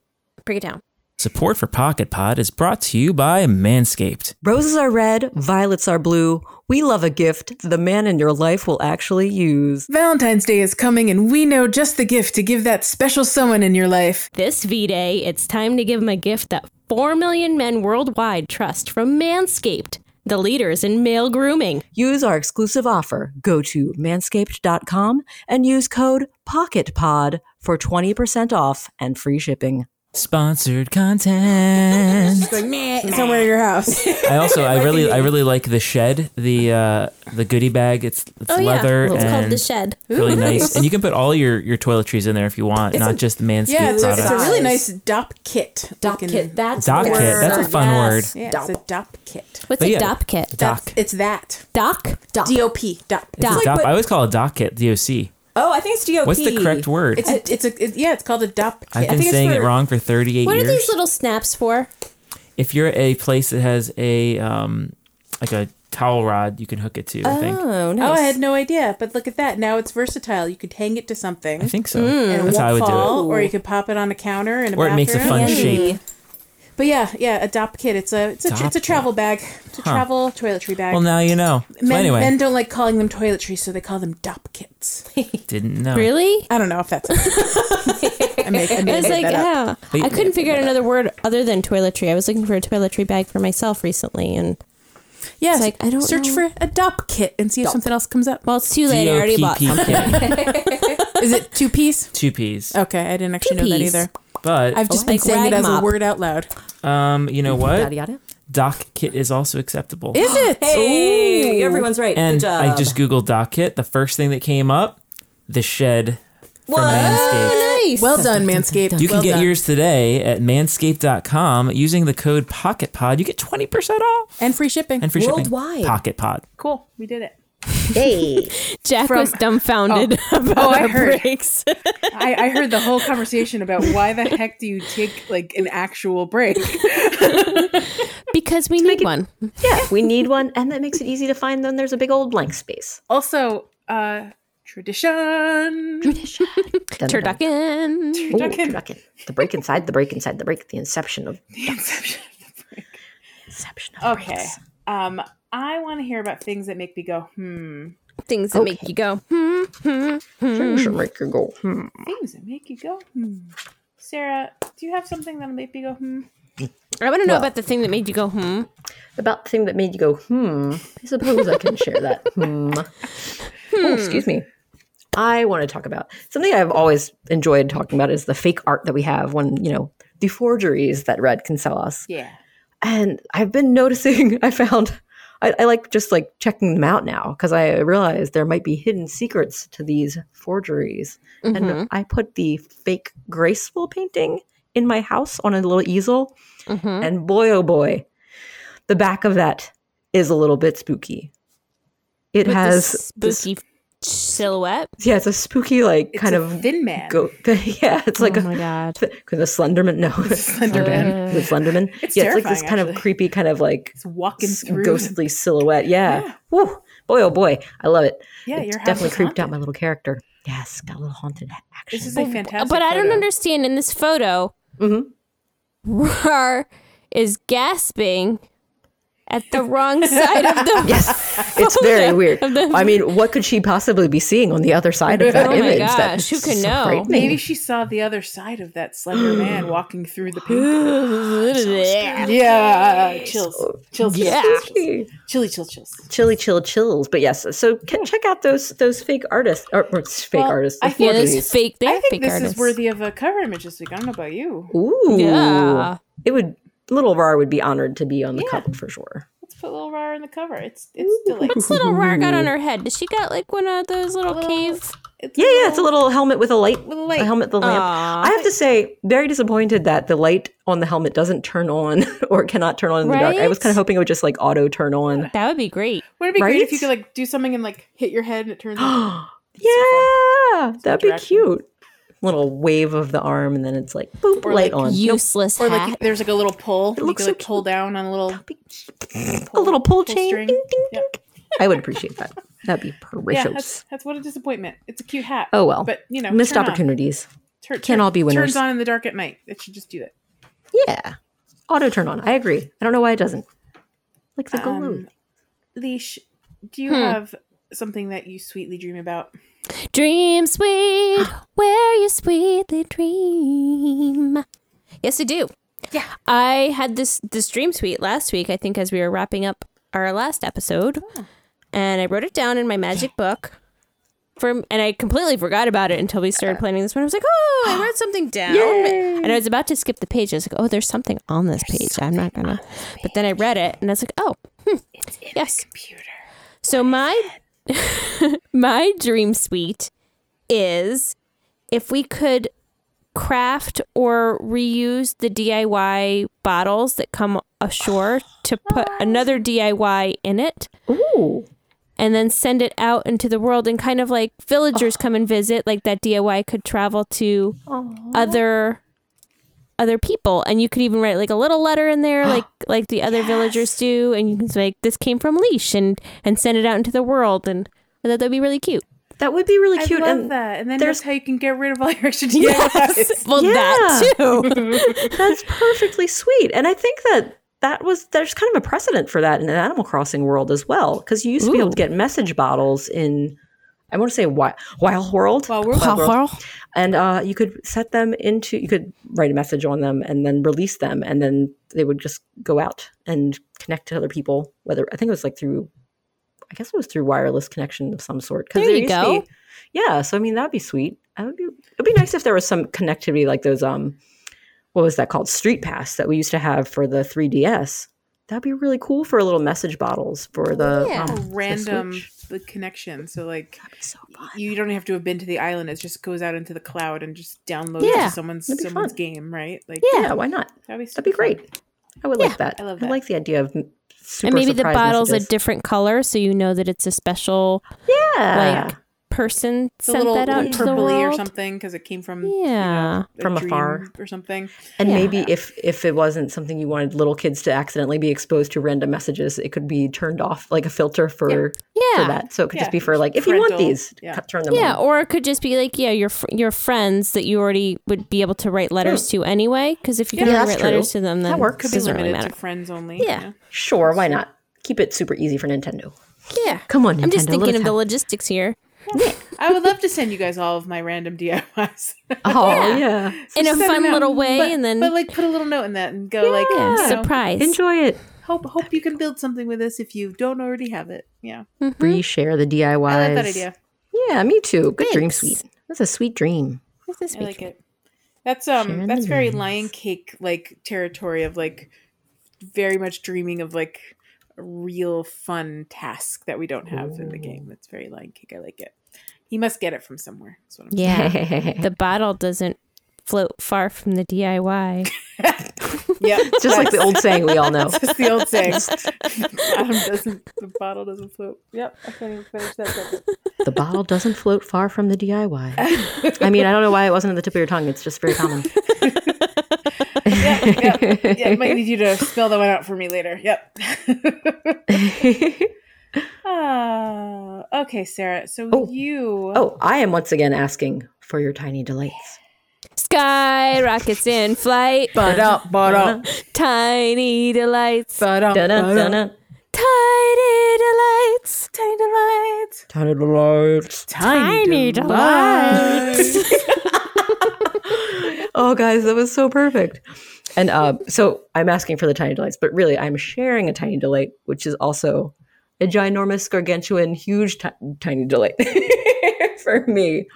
Speaker 1: break it down.
Speaker 4: Support for Pocket Pod is brought to you by Manscaped.
Speaker 2: Roses are red, violets are blue. We love a gift the man in your life will actually use.
Speaker 3: Valentine's Day is coming, and we know just the gift to give that special someone in your life.
Speaker 1: This V Day, it's time to give them a gift that four million men worldwide trust from Manscaped, the leaders in male grooming.
Speaker 2: Use our exclusive offer. Go to manscaped.com and use code POCKETPOD for 20% off and free shipping.
Speaker 4: Sponsored content.
Speaker 3: Somewhere in your house.
Speaker 4: I also I really I really like the shed, the uh the goodie bag. It's it's leather
Speaker 1: Oh, it's
Speaker 4: and
Speaker 1: called the shed.
Speaker 4: really nice. And you can put all your your toiletries in there if you want, not just the Manscaped
Speaker 3: yeah, it's, a- it's
Speaker 4: products.
Speaker 3: a really
Speaker 5: Size.
Speaker 3: nice dop kit.
Speaker 5: Dop
Speaker 3: looking-
Speaker 5: kit. That's
Speaker 4: Dop
Speaker 5: the
Speaker 4: kit,
Speaker 5: word.
Speaker 4: that's a fun
Speaker 5: Yes.
Speaker 3: Yeah,
Speaker 5: Dop.
Speaker 3: it's a dop kit.
Speaker 1: What's
Speaker 4: But
Speaker 1: a
Speaker 4: yeah,
Speaker 1: dop kit?
Speaker 4: Doc.
Speaker 3: It's that.
Speaker 1: Doc.
Speaker 5: Dop.
Speaker 3: DOP. Dop.
Speaker 1: Dop.
Speaker 4: Doc.
Speaker 5: but-
Speaker 4: I always call it doc kit, DOC.
Speaker 5: Oh, I think it's DOP.
Speaker 4: What's the correct word?
Speaker 3: It's a, it's a it- yeah, it's called a dop kit.
Speaker 4: I've been saying it wrong for 38
Speaker 1: What are
Speaker 4: years.
Speaker 1: these little snaps for?
Speaker 4: if you're at a place that has a um like a towel rod, you can hook it to. I think.
Speaker 5: Oh,
Speaker 3: Oh,
Speaker 5: nice.
Speaker 3: I had no idea. But look at that. Now it's versatile. You could hang it to something.
Speaker 4: I think so.
Speaker 3: Hmm. and it
Speaker 4: That's how I
Speaker 3: won't
Speaker 4: would do
Speaker 3: fall,
Speaker 4: it.
Speaker 3: or you could pop it on a counter in a
Speaker 4: Or
Speaker 3: bathroom.
Speaker 4: it makes a fun
Speaker 5: Handy.
Speaker 4: shape.
Speaker 3: But yeah, yeah, a dop kit. It's a it's a
Speaker 4: Dop
Speaker 3: it's a
Speaker 4: kit.
Speaker 3: travel bag. It's a travel toiletry bag.
Speaker 4: Well, now you know. So
Speaker 3: men,
Speaker 4: anyway,
Speaker 3: men don't like calling them toiletries, so they call them dop kits.
Speaker 4: didn't know.
Speaker 1: Really?
Speaker 3: I don't know if that's. I make, I
Speaker 1: I was like,
Speaker 3: that up.
Speaker 1: yeah. I couldn't figure out another word other than toiletry. I was looking for a toiletry bag for myself recently, and
Speaker 3: yes.
Speaker 1: like, I don't
Speaker 3: search
Speaker 1: know.
Speaker 3: for a dop kit and see if something else comes up.
Speaker 1: well, it's too late. I already bought
Speaker 4: DOPP.
Speaker 1: something.
Speaker 3: Is it two piece? Oh,
Speaker 4: Two P's.
Speaker 3: Okay, I didn't actually know that
Speaker 1: Two-piece.
Speaker 3: either.
Speaker 4: But
Speaker 3: Oh, I've just
Speaker 1: Like
Speaker 3: been saying it
Speaker 1: rag
Speaker 3: as
Speaker 1: mop.
Speaker 3: a word out loud.
Speaker 4: um, you know what?
Speaker 2: Yada yada.
Speaker 4: Doc kit is also acceptable.
Speaker 3: Is it?
Speaker 5: Hey, everyone's right.
Speaker 4: and
Speaker 5: Good job.
Speaker 4: I just googled doc kit. The first thing that came up, the shed for Manscaped.
Speaker 1: nice.
Speaker 3: Well done, Manscaped.
Speaker 4: You can
Speaker 3: Well
Speaker 4: get
Speaker 3: done.
Speaker 4: yours today at manscaped.com using the code PocketPod. You get 20% off
Speaker 3: and free shipping.
Speaker 4: and free
Speaker 5: Worldwide.
Speaker 4: shipping. Pocket Pod.
Speaker 3: cool, we did it.
Speaker 1: Jack
Speaker 3: From-
Speaker 1: was dumbfounded about
Speaker 3: Oh, I
Speaker 1: our
Speaker 3: heard.
Speaker 1: breaks.
Speaker 3: I, I heard the whole conversation about why the heck do you take like an actual break?
Speaker 1: because we need one.
Speaker 2: Yeah, we need one, and that makes it easy to find. Then there's a big old blank space.
Speaker 3: Also, uh, tradition.
Speaker 2: Dun, dun, dun.
Speaker 1: Turducken.
Speaker 2: Ooh, turducken. The break inside, the break inside, the break, the inception of
Speaker 3: The inception.
Speaker 2: inception
Speaker 1: Oh,
Speaker 2: of
Speaker 3: Okay. Um, I want to hear about things that make me go hmm.
Speaker 1: Things that make you go, hmm, hmm.
Speaker 2: breaks. Should make you go. hmm.
Speaker 3: Things that make you go hmm. Sarah, do you have something that'll make me go hmm?
Speaker 1: I want to know about the thing that made you go, hmm.
Speaker 2: About the thing that made you go, hmm. I suppose I can share that. Hmm. Oh, excuse me. I want to talk about something I've always enjoyed talking about is the fake art that we have when, you know, the forgeries that Red can sell us.
Speaker 3: Yeah.
Speaker 2: and I've been noticing. I found I, I like just like checking them out now because I realized there might be hidden secrets to these forgeries. And I put the fake graceful painting in my house on a little easel, and boy, oh boy, the back of that is a little bit spooky. It
Speaker 1: With
Speaker 2: has
Speaker 1: this
Speaker 2: this-
Speaker 1: spooky silhouette.
Speaker 2: yeah, it's a spooky like
Speaker 3: It's
Speaker 2: kind
Speaker 3: a
Speaker 2: of
Speaker 3: thin Oh man.
Speaker 2: go. Yeah, it's like a
Speaker 1: God.
Speaker 2: because the Slenderman. No,
Speaker 3: Slenderman.
Speaker 2: the Slenderman.
Speaker 3: It's
Speaker 2: yeah, it's like this
Speaker 3: terrifying,
Speaker 2: kind of
Speaker 3: actually.
Speaker 2: creepy, kind of like
Speaker 3: It's walking
Speaker 2: s-
Speaker 3: through.
Speaker 2: ghostly silhouette. Yeah. Woo. Boy, oh boy. I love it.
Speaker 3: Yeah,
Speaker 2: It
Speaker 3: your house
Speaker 2: definitely
Speaker 3: is
Speaker 2: creeped out
Speaker 3: haunted.
Speaker 2: my little character. Yes, got a little haunted a- action.
Speaker 3: This is a fantastic.
Speaker 1: but I don't
Speaker 3: photo.
Speaker 1: understand in this
Speaker 2: Mm-hmm.
Speaker 1: photo. Rar is gasping at the wrong side of the
Speaker 2: Yes, it's very weird. I mean, what could she possibly be seeing on the other side of that
Speaker 1: Oh my
Speaker 2: image?
Speaker 1: gosh,
Speaker 2: That's
Speaker 1: who can
Speaker 2: so
Speaker 1: know?
Speaker 2: frightening.
Speaker 6: Maybe she saw the other side of that slender man walking through the pink. Yeah, chills, chills, chills,
Speaker 1: Yeah.
Speaker 6: chills, chills, chilly, chill, chills.
Speaker 2: chilly chill chills but yes so c- check out those those fake artists or, or fake
Speaker 6: Well,
Speaker 2: artists
Speaker 6: I
Speaker 2: those
Speaker 6: think-
Speaker 1: Yeah,
Speaker 6: Yes.
Speaker 1: those fake. They
Speaker 6: I
Speaker 1: have
Speaker 6: think
Speaker 1: fake
Speaker 6: this
Speaker 1: artists.
Speaker 6: is worthy of a cover image this week. I don't know about you.
Speaker 2: ooh
Speaker 1: Yeah.
Speaker 2: it would little rar would be honored to be on the cover for sure
Speaker 6: Let's put Little Rar in the cover. It's it's delightful.
Speaker 1: What's little Rar got
Speaker 2: Mm-hmm.
Speaker 1: on her head? Does she got like one of those little
Speaker 6: Little-
Speaker 1: cave?
Speaker 6: It's
Speaker 2: yeah yeah it's a little helmet with a light
Speaker 6: With a light.
Speaker 2: helmet with a lamp
Speaker 1: Aw.
Speaker 2: i have to say very disappointed that the light on the helmet doesn't turn on or cannot turn on in the dark i was
Speaker 1: Right?
Speaker 2: kind of hoping it would just like auto turn on
Speaker 1: That would be great.
Speaker 6: Wouldn't it be great if
Speaker 2: Right?
Speaker 6: you could like do something and like hit your head and it turns out
Speaker 2: yeah that'd be
Speaker 6: direction.
Speaker 2: cute little wave of the arm and then it's like boop
Speaker 6: Or
Speaker 2: light
Speaker 6: like
Speaker 2: on
Speaker 1: Useless
Speaker 6: or
Speaker 1: hat.
Speaker 6: like there's like a little pull. you
Speaker 2: looks
Speaker 6: could
Speaker 2: so
Speaker 6: like pull down on a little
Speaker 2: a little pull
Speaker 6: pull
Speaker 2: chain
Speaker 6: string.
Speaker 2: Ding, ding,
Speaker 6: Yep.
Speaker 2: ding. I would appreciate that. That'd be
Speaker 6: Yeah,
Speaker 2: precious.
Speaker 6: that's that's what a disappointment. It's a cute hat.
Speaker 2: oh well.
Speaker 6: But you know
Speaker 2: missed
Speaker 6: turn on.
Speaker 2: opportunities.
Speaker 6: Tur-
Speaker 2: Can't
Speaker 6: turn-
Speaker 2: all be winners.
Speaker 6: Turns on in the dark at night. It should just do that.
Speaker 2: Yeah. Auto turn on. I agree. I don't know why it doesn't. Like the glow.
Speaker 6: Um, Leash, do you
Speaker 2: Hmm.
Speaker 6: have something that you sweetly dream about?
Speaker 1: Dream sweet, where you sweetly dream. Yes, I do. Yeah. I had this this dream suite last week, I think as we were wrapping up our last episode. And I wrote it down in my magic book. From and I completely forgot about it until we started planning this one. I was like, "Oh, I wrote something down." And I was about to skip the page. I was like, "Oh, there's something on this page. I'm not going to." But then I read it and I was like, "Oh, hmm. yes.
Speaker 6: Computer.
Speaker 1: So my my dream suite is if we could craft or reuse the DIY bottles that come ashore to put another DIY in it
Speaker 2: Ooh.
Speaker 1: and then send it out into the world and kind of like villagers come and visit like that DIY could travel to other other people and you could even write like a little letter in there like like the other villagers do and you can say like this came from leash and and send it out into the world and I thought that'd be really cute.
Speaker 2: That would be really
Speaker 6: I
Speaker 2: cute.
Speaker 6: love
Speaker 2: and
Speaker 6: that. And then
Speaker 2: there's-
Speaker 6: there's how you can get rid of all your extra DIYs.
Speaker 1: Well that too.
Speaker 2: that's perfectly sweet. And I think that that was there's kind of a precedent for that in an Animal Crossing world as well. Because you used to be able to get message bottles in I want to say Wi- Wild World.
Speaker 6: Wild World. Wild
Speaker 2: and uh, you could set them into you could write a message on them and then release them and then they would just go out and connect to other people whether i think it was like through i guess it was through wireless connection of some sort
Speaker 1: There you
Speaker 2: used to
Speaker 1: go.
Speaker 2: be- yeah so i mean that'd be sweet that would be it'd be nice if there was some connectivity like those um what was that called street pass that we used to have for the 3ds that'd be really cool for little message bottles for the
Speaker 1: Yeah.
Speaker 2: um,
Speaker 6: A
Speaker 2: the
Speaker 6: random
Speaker 2: Switch.
Speaker 6: the connection. So like
Speaker 2: That'd be so fun.
Speaker 6: you don't have to have been to the island. It just goes out into the cloud and just downloads
Speaker 1: Yeah.
Speaker 6: to someone's
Speaker 2: That'd be
Speaker 6: someone's
Speaker 2: fun.
Speaker 6: game, right? Like
Speaker 2: yeah. why not
Speaker 6: that'd be,
Speaker 2: that'd be
Speaker 6: super fun.
Speaker 2: great i would like that
Speaker 6: I love
Speaker 2: i
Speaker 6: that.
Speaker 2: like the idea of m- super
Speaker 1: And maybe the
Speaker 2: surprise
Speaker 1: bottle's a
Speaker 2: messages.
Speaker 1: different color so you know that it's a special
Speaker 2: Yeah.
Speaker 1: like person
Speaker 6: It's a
Speaker 1: sent
Speaker 6: little
Speaker 1: that out into the
Speaker 6: purpley
Speaker 1: world.
Speaker 6: or something because it came from you know,
Speaker 1: Yeah.
Speaker 6: a
Speaker 2: From
Speaker 6: dream
Speaker 2: afar.
Speaker 6: or something.
Speaker 2: and maybe if if it wasn't something you wanted little kids to accidentally be exposed to random messages, it could be turned off like a filter for
Speaker 1: Yeah.
Speaker 2: for that. So it could
Speaker 6: Yeah.
Speaker 2: just be for like if you want
Speaker 6: Parental-
Speaker 2: these,
Speaker 6: yeah.
Speaker 2: cut, turn them
Speaker 1: Yeah,
Speaker 2: on.
Speaker 1: or it could just be like, yeah, your fr- your friends that you already would be able to write letters to anyway. Because if you can
Speaker 2: Yeah,
Speaker 1: only
Speaker 2: that's
Speaker 1: write letters
Speaker 2: true.
Speaker 1: to them, then
Speaker 2: That works.
Speaker 1: it
Speaker 6: Could be
Speaker 1: doesn't really
Speaker 6: limited
Speaker 1: matter.
Speaker 6: to friends only.
Speaker 1: Yeah.
Speaker 2: Sure, why not? Keep it super easy for Nintendo.
Speaker 1: yeah,
Speaker 2: Come on, Nintendo.
Speaker 1: I'm just
Speaker 2: let
Speaker 1: thinking
Speaker 2: us
Speaker 1: of the
Speaker 2: have-
Speaker 1: logistics here.
Speaker 6: I would love to send you guys all of my random DIYs.
Speaker 2: Oh yeah.
Speaker 1: In a
Speaker 6: Send them
Speaker 1: fun
Speaker 6: out,
Speaker 1: little way,
Speaker 6: but-
Speaker 1: and then
Speaker 6: but like put a little note in that and go like you know,
Speaker 1: surprise.
Speaker 2: Enjoy it.
Speaker 6: hope hope you can build something with this if you don't already have it. Yeah.
Speaker 2: Mm-hmm. Reshare the DIYs.
Speaker 6: I like that idea.
Speaker 2: Yeah, me too. Good dream
Speaker 1: Thanks.
Speaker 2: sweet. That's a sweet dream.
Speaker 1: This is
Speaker 6: I like it. That's um
Speaker 2: Sharing the
Speaker 6: that's very
Speaker 2: dreams.
Speaker 6: lion cake like territory of like very much dreaming of like a real fun task that we don't have in the game. That's very lion cake. I like it. He must get it from somewhere. That's what I'm
Speaker 1: yeah, the bottle doesn't float far from the DIY.
Speaker 6: Yeah.
Speaker 2: just like the old saying we all know.
Speaker 6: That's the old saying. Adam doesn't the bottle doesn't float. Yep, I can't even finish that sentence.
Speaker 2: The bottle doesn't float far from the DIY. I mean, I don't know why it wasn't at the tip of your tongue. It's just very common.
Speaker 6: Yeah, yeah, yeah, I might need you to spell that one out for me later. Yep. Ah, okay, Sarah. So
Speaker 2: Oh.
Speaker 6: you
Speaker 2: Oh, I am once again asking for your tiny delights.
Speaker 1: Sky rockets in flight,
Speaker 6: Ba-da, ba-da,
Speaker 1: tiny delights.
Speaker 6: ba-da,
Speaker 2: Dun-dun,
Speaker 6: ba-da.
Speaker 2: Oh. dun-dun.
Speaker 1: delights.
Speaker 6: Tiny delights.
Speaker 2: Tiny delights.
Speaker 6: Tiny,
Speaker 2: Oh, guys, that was so perfect. And uh, so I'm asking for the tiny delights, but really I'm sharing a tiny delight, which is also a ginormous, gargantuan, huge, ti- tiny delight for me.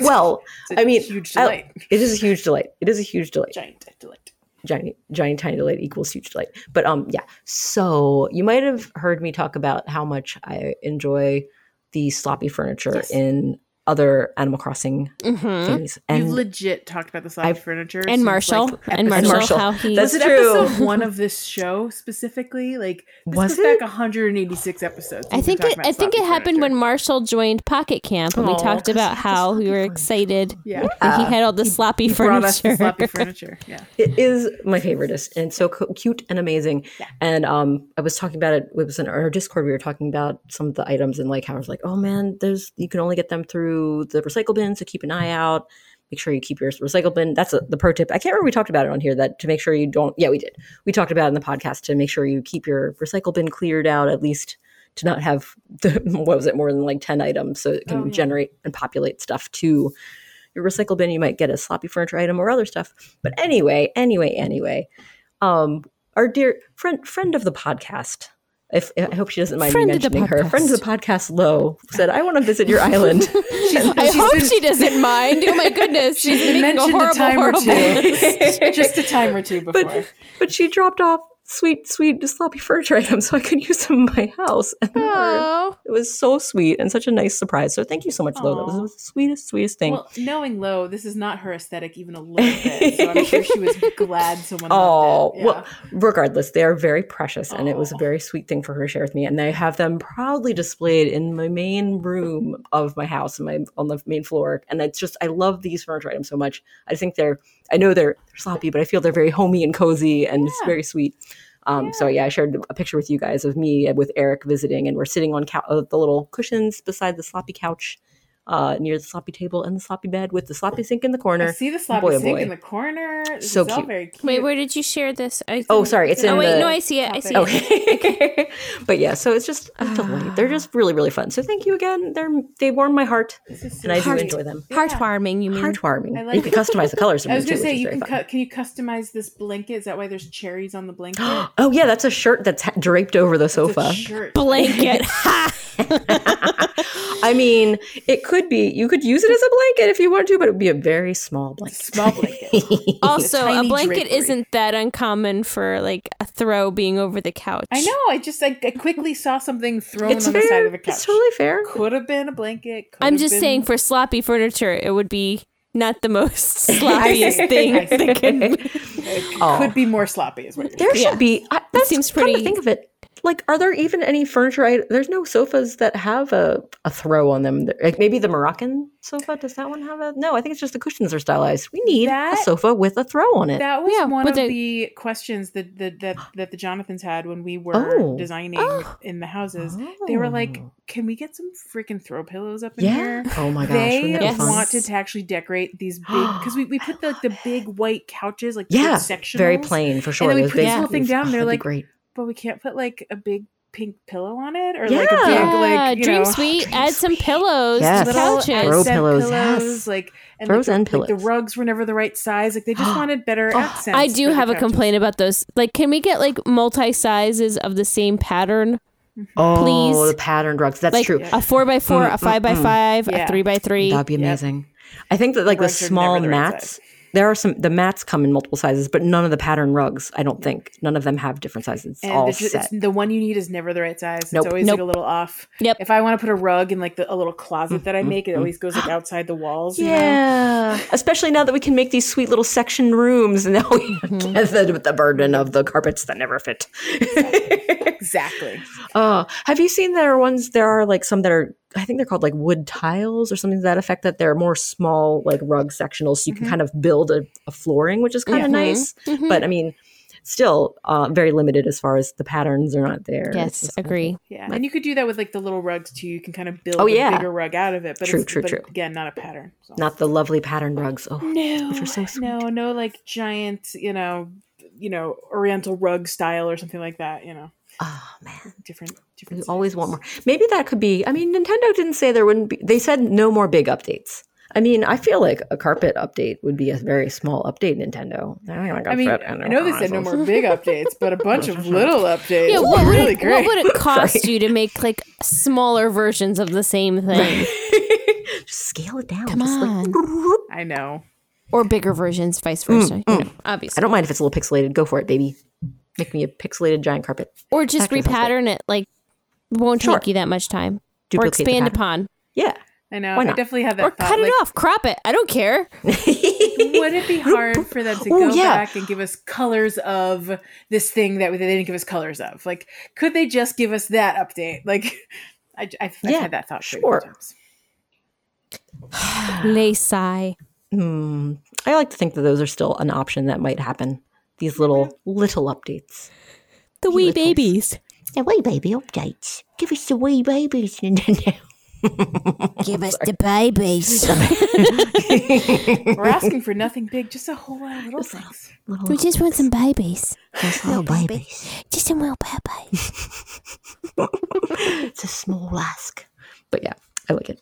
Speaker 2: Well,
Speaker 6: it's a
Speaker 2: I mean,
Speaker 6: huge
Speaker 2: I-
Speaker 6: delight.
Speaker 2: it is a huge delight. It is a huge delight.
Speaker 6: Giant delight.
Speaker 2: Giant, giant, tiny delight equals huge delight. But um, yeah. So you might have heard me talk about how much I enjoy the sloppy furniture
Speaker 6: Yes.
Speaker 2: in other Animal Crossing
Speaker 1: Mm-hmm.
Speaker 2: things.
Speaker 6: You've legit talked about the sloppy
Speaker 2: I've-
Speaker 6: furniture
Speaker 1: And
Speaker 6: since,
Speaker 1: Marshall,
Speaker 6: like,
Speaker 1: and
Speaker 6: episode-
Speaker 1: Marshall,
Speaker 2: Marshall.
Speaker 1: how he
Speaker 2: That's
Speaker 6: Was it
Speaker 2: true.
Speaker 6: episode one of this show specifically? Like this
Speaker 2: Was
Speaker 6: goes
Speaker 2: it?
Speaker 6: back 186 episodes.
Speaker 1: I think it, I think it happened when Marshall joined Pocket Camp, and we
Speaker 6: Oh,
Speaker 1: talked
Speaker 6: 'cause he
Speaker 1: about
Speaker 6: had the
Speaker 1: how we
Speaker 6: sloppy
Speaker 1: were
Speaker 6: furniture.
Speaker 1: excited.
Speaker 6: yeah
Speaker 1: that he had all the sloppy
Speaker 6: brought us the
Speaker 1: furniture.
Speaker 6: sloppy furniture. Yeah,
Speaker 2: It is my favoriteest, and it's so cu- cute and amazing.
Speaker 6: Yeah.
Speaker 2: And um, I was talking about it. It was in our Discord. We were talking about some of the items and like how I was like, "Oh man, there's you can only get them through the recycle bin, so keep an eye out. Make sure you keep your recycle bin." That's a, the pro tip. I can't remember we talked about it on here that to make sure you don't. Yeah, we did. We talked about it in the podcast to make sure you keep your recycle bin cleared out at least to not have the, what was it more than like ten items, so it can
Speaker 6: Oh, yeah.
Speaker 2: generate and populate stuff to your recycle bin, you might get a sloppy furniture item or other stuff. But anyway, anyway, anyway, um, our dear friend friend of the podcast, if I hope she doesn't mind
Speaker 1: Friend
Speaker 2: me
Speaker 1: of the
Speaker 2: mentioning her, friend of the podcast, Low said, "I want to visit your island."
Speaker 1: I
Speaker 6: she's
Speaker 1: hope
Speaker 6: been-
Speaker 1: she doesn't mind. Oh my goodness, she's
Speaker 6: been
Speaker 1: making a
Speaker 6: mentioned a
Speaker 1: horrible,
Speaker 6: time or
Speaker 1: horrible.
Speaker 6: two. just a time or two before.
Speaker 2: but but she dropped off sweet sweet sloppy furniture items, so I could use them in my house. And
Speaker 1: Oh,
Speaker 2: it was so sweet and such a nice surprise. So thank you so much, Lo. That was
Speaker 6: Aw.
Speaker 2: the sweetest sweetest thing.
Speaker 6: well, knowing Lo, this is not her aesthetic even a little bit. So I'm sure she was glad someone.
Speaker 2: Oh,
Speaker 6: loved it. Yeah. Oh.
Speaker 2: well, regardless, they are very precious, and it was a
Speaker 6: Aw.
Speaker 2: very sweet thing for her to share with me. And I have them proudly displayed in my main room of my house, in my on the main floor. And it's just, I love these furniture items so much. I think they're, I know they're, they're sloppy, but I feel they're very homey and cozy, and it's
Speaker 6: Yeah.
Speaker 2: very sweet. Um, So yeah, I shared a picture with you guys of me with Eric visiting, and we're sitting on cou- uh, the little cushions beside the sloppy couch, uh, near the sloppy table and the sloppy bed, with the sloppy sink in the
Speaker 6: I
Speaker 2: corner.
Speaker 6: see the sloppy
Speaker 2: Boy, oh,
Speaker 6: sink
Speaker 2: boy.
Speaker 6: in the corner. This
Speaker 2: So
Speaker 6: is all
Speaker 2: cute.
Speaker 6: very cute.
Speaker 1: wait, where did you share this? I
Speaker 2: Oh,
Speaker 1: couldn't-
Speaker 2: sorry, it's in
Speaker 1: Oh wait,
Speaker 2: the-
Speaker 1: no, I see it. I see
Speaker 6: Oh.
Speaker 1: it.
Speaker 2: Okay. but yeah, so it's just a delight. They're just really, really fun. So thank you again. They're they warm my heart,
Speaker 6: This is so
Speaker 2: and I do
Speaker 6: sweet.
Speaker 2: enjoy them.
Speaker 6: Yeah.
Speaker 1: Heartwarming, you mean?
Speaker 2: Heartwarming.
Speaker 6: I
Speaker 2: you
Speaker 6: like
Speaker 2: can
Speaker 6: it.
Speaker 2: customize the colors.
Speaker 6: I was
Speaker 2: going
Speaker 6: gonna
Speaker 2: to
Speaker 6: say you can cut. Can you customize this blanket? Is that why there's cherries on the blanket?
Speaker 2: Oh yeah, that's a shirt that's ha- draped over the
Speaker 6: It's a
Speaker 2: sofa.
Speaker 6: shirt.
Speaker 1: Blanket.
Speaker 2: I mean, it could be. You could use it as a blanket if you want to, but it would be a very small blanket.
Speaker 6: Small blanket.
Speaker 1: also, a
Speaker 6: tiny
Speaker 1: blanket
Speaker 6: drapery.
Speaker 1: isn't that uncommon for like a throw being over the couch.
Speaker 6: I know. I just I, I quickly saw something thrown
Speaker 2: It's
Speaker 6: on the side
Speaker 2: fair.
Speaker 6: of the couch.
Speaker 2: It's totally fair.
Speaker 6: Could have been a blanket. could
Speaker 1: I'm
Speaker 6: have
Speaker 1: just
Speaker 6: been-
Speaker 1: saying, for sloppy furniture, it would be not the most sloppiest thing
Speaker 6: I see.
Speaker 1: that can.
Speaker 6: It
Speaker 2: Oh.
Speaker 6: could be more sloppy, is what you're
Speaker 2: There should be. I, that
Speaker 1: seems
Speaker 2: seems pretty.
Speaker 1: pretty-
Speaker 2: To think of it. Like, are there even any furniture? I, there's no sofas that have a, a throw on them. There- Like maybe the Moroccan sofa. Does that one have a? No, I think it's just the cushions are stylized. We need
Speaker 6: That-
Speaker 2: a sofa with a throw on it.
Speaker 6: That was
Speaker 1: Yeah,
Speaker 6: one
Speaker 1: but
Speaker 6: of
Speaker 1: they-
Speaker 6: the questions that that that, that the Jonathans had when we were
Speaker 2: Oh.
Speaker 6: designing
Speaker 1: Oh.
Speaker 6: in the houses. They were like, "Can we get some freaking throw pillows up in
Speaker 2: yeah.
Speaker 6: here?"
Speaker 2: Oh my gosh.
Speaker 6: They
Speaker 2: wouldn't that be
Speaker 1: Yes.
Speaker 2: fun?
Speaker 6: wanted to actually decorate these big because we, we put the, like the big white couches like
Speaker 2: Yeah,
Speaker 6: section
Speaker 2: very plain for sure.
Speaker 6: then we
Speaker 2: those
Speaker 6: put this
Speaker 2: big-
Speaker 6: whole thing
Speaker 2: oof,
Speaker 6: down,
Speaker 2: oh,
Speaker 6: they're
Speaker 2: that'd be
Speaker 6: like-
Speaker 2: great.
Speaker 6: but we can't put like a big pink pillow on it or like a
Speaker 2: Yeah.
Speaker 6: big
Speaker 1: Yeah,
Speaker 6: like you
Speaker 1: dream
Speaker 6: know,
Speaker 1: suite.
Speaker 2: dream
Speaker 1: Add some
Speaker 2: suite.
Speaker 1: pillows
Speaker 2: Yes.
Speaker 1: to the
Speaker 6: little
Speaker 1: couches.
Speaker 2: Throw
Speaker 6: accent
Speaker 2: pillows,
Speaker 6: pillows,
Speaker 2: yes.
Speaker 6: like and
Speaker 2: Throws
Speaker 6: like,
Speaker 2: and
Speaker 6: the- like,
Speaker 2: pillows. Oh,
Speaker 6: the rugs were never the right size. Like they just wanted better accents.
Speaker 1: I
Speaker 6: for
Speaker 1: do
Speaker 6: the
Speaker 1: have a
Speaker 6: couches.
Speaker 1: complaint about those. Like, can we get like multi sizes of the same pattern?
Speaker 2: Oh,
Speaker 1: Please.
Speaker 2: the patterned rugs. That's
Speaker 1: Like
Speaker 2: true. Mm,
Speaker 1: a four by four, a five by five, a
Speaker 6: Yeah.
Speaker 1: three by three.
Speaker 2: That'd be amazing. I think that like the
Speaker 6: Rugs are never
Speaker 2: small
Speaker 6: the right
Speaker 2: mats.
Speaker 6: size.
Speaker 2: There are some. The mats come in multiple sizes, but none of the pattern rugs. I don't think none of them have different sizes. It's
Speaker 6: And
Speaker 2: all
Speaker 6: it's just-
Speaker 2: set.
Speaker 6: it's- the one you need is never the right size.
Speaker 2: Nope.
Speaker 6: It's always
Speaker 1: Nope.
Speaker 6: like a little off.
Speaker 1: Yep.
Speaker 6: If I want to put a rug in like the, a little closet that I make, it always goes like outside the walls. you know?
Speaker 2: Mm-hmm, Yeah, especially now that we can make these sweet little section rooms, and now we have the, the burden of the carpets that never fit.
Speaker 6: Exactly.
Speaker 2: Oh, have you seen there are ones? There are like some that are. I think they're called like wood tiles or something to that effect. That they're more small, like rug sectionals. So you can kind of build a, a flooring, which is kind of nice. But I mean, still uh, very limited as far as the patterns are not there. It's
Speaker 1: Yes,
Speaker 2: just-
Speaker 1: agree.
Speaker 6: Yeah. And you could do that with like the little rugs too. You can kind of build
Speaker 2: Oh,
Speaker 6: a
Speaker 2: yeah.
Speaker 6: bigger rug out of it. But
Speaker 2: True,
Speaker 6: it's,
Speaker 2: true,
Speaker 6: but
Speaker 2: true.
Speaker 6: Again, not a pattern. So.
Speaker 2: Not the lovely pattern rugs. Oh,
Speaker 6: no,
Speaker 2: which are so sweet.
Speaker 6: no, no, like giant, you know, you know, Oriental rug style or something like that. You know,
Speaker 2: Oh man,
Speaker 6: Different, different.
Speaker 2: we
Speaker 6: series.
Speaker 2: always want more. Maybe that could be. I mean, Nintendo didn't say there wouldn't be. They said no more big updates. I mean, I feel like a carpet update would be a very small update. Nintendo.
Speaker 6: I mean, I know they said no more big updates, but a bunch of little updates.
Speaker 1: Yeah,
Speaker 6: were
Speaker 1: what would,
Speaker 6: really
Speaker 1: it, what
Speaker 6: great.
Speaker 1: would it cost you to make like smaller versions of the same thing
Speaker 2: Just scale it down.
Speaker 1: Come
Speaker 2: Just like-
Speaker 1: on.
Speaker 6: I know.
Speaker 1: or bigger versions, vice versa? you know,
Speaker 2: Mm, I
Speaker 1: obviously,
Speaker 2: don't mind if it's a little pixelated. Go for it, baby. Make me a pixelated giant carpet.
Speaker 1: or just
Speaker 2: Actually, sounds great.
Speaker 1: repattern it. Like, won't
Speaker 2: Sure.
Speaker 1: take you that much time.
Speaker 2: Duplicate the
Speaker 1: or expand
Speaker 2: pattern.
Speaker 1: upon,
Speaker 2: Yeah.
Speaker 6: I know.
Speaker 2: Why
Speaker 6: I
Speaker 2: not?
Speaker 6: definitely had that
Speaker 1: or
Speaker 6: thought.
Speaker 1: cut it
Speaker 6: like,
Speaker 1: off, crop it. I don't care.
Speaker 6: Would it be hard for them to
Speaker 2: Oh,
Speaker 6: go
Speaker 2: yeah.
Speaker 6: back and give us colors of this thing that they didn't give us colors of? Like, could they just give us that update? Like, I, I, have
Speaker 2: Yeah,
Speaker 6: had that thought. pretty
Speaker 2: sure.
Speaker 6: many times.
Speaker 1: Lay sigh.
Speaker 2: Hmm. I like to think that those are still an option that might happen. These little little updates.
Speaker 1: The wee babies.
Speaker 2: The wee baby updates. Give us the wee babies, Nintendo.
Speaker 1: Give us the babies.
Speaker 6: We're asking for nothing big, just a whole lot of little things.
Speaker 1: we just want some babies.
Speaker 2: Those little babies.
Speaker 1: Just some little babies.
Speaker 2: It's a small ask. But yeah, I like it.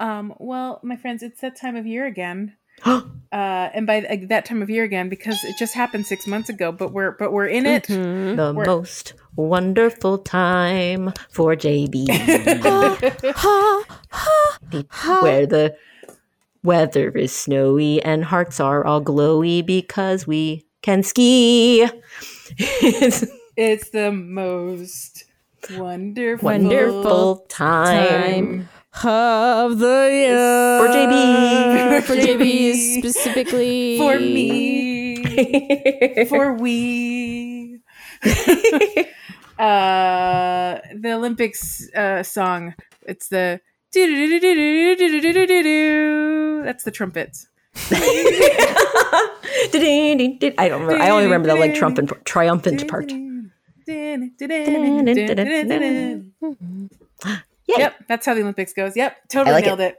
Speaker 6: Um, well, my friends, it's that time of year again. Uh, and by th- that time of year again, because it just happened six months ago, but we're but we're in it.
Speaker 2: The most wonderful time for JB. where the weather is snowy and hearts are all glowy because we can ski. It's
Speaker 6: It's the most wonderful,
Speaker 2: wonderful time
Speaker 6: time.
Speaker 1: Of the year.
Speaker 2: for JB.
Speaker 1: For JB specifically.
Speaker 2: Eh.
Speaker 6: for me for we uh the olympics uh song it's the doo-doo-doo-doo-doo-doo-doo-doo-doo-doo. that's the trumpets
Speaker 2: I don't remember. I only remember the like trumpet, triumphant part.
Speaker 6: yep that's how the olympics goes yep totally
Speaker 2: like it.
Speaker 6: nailed it,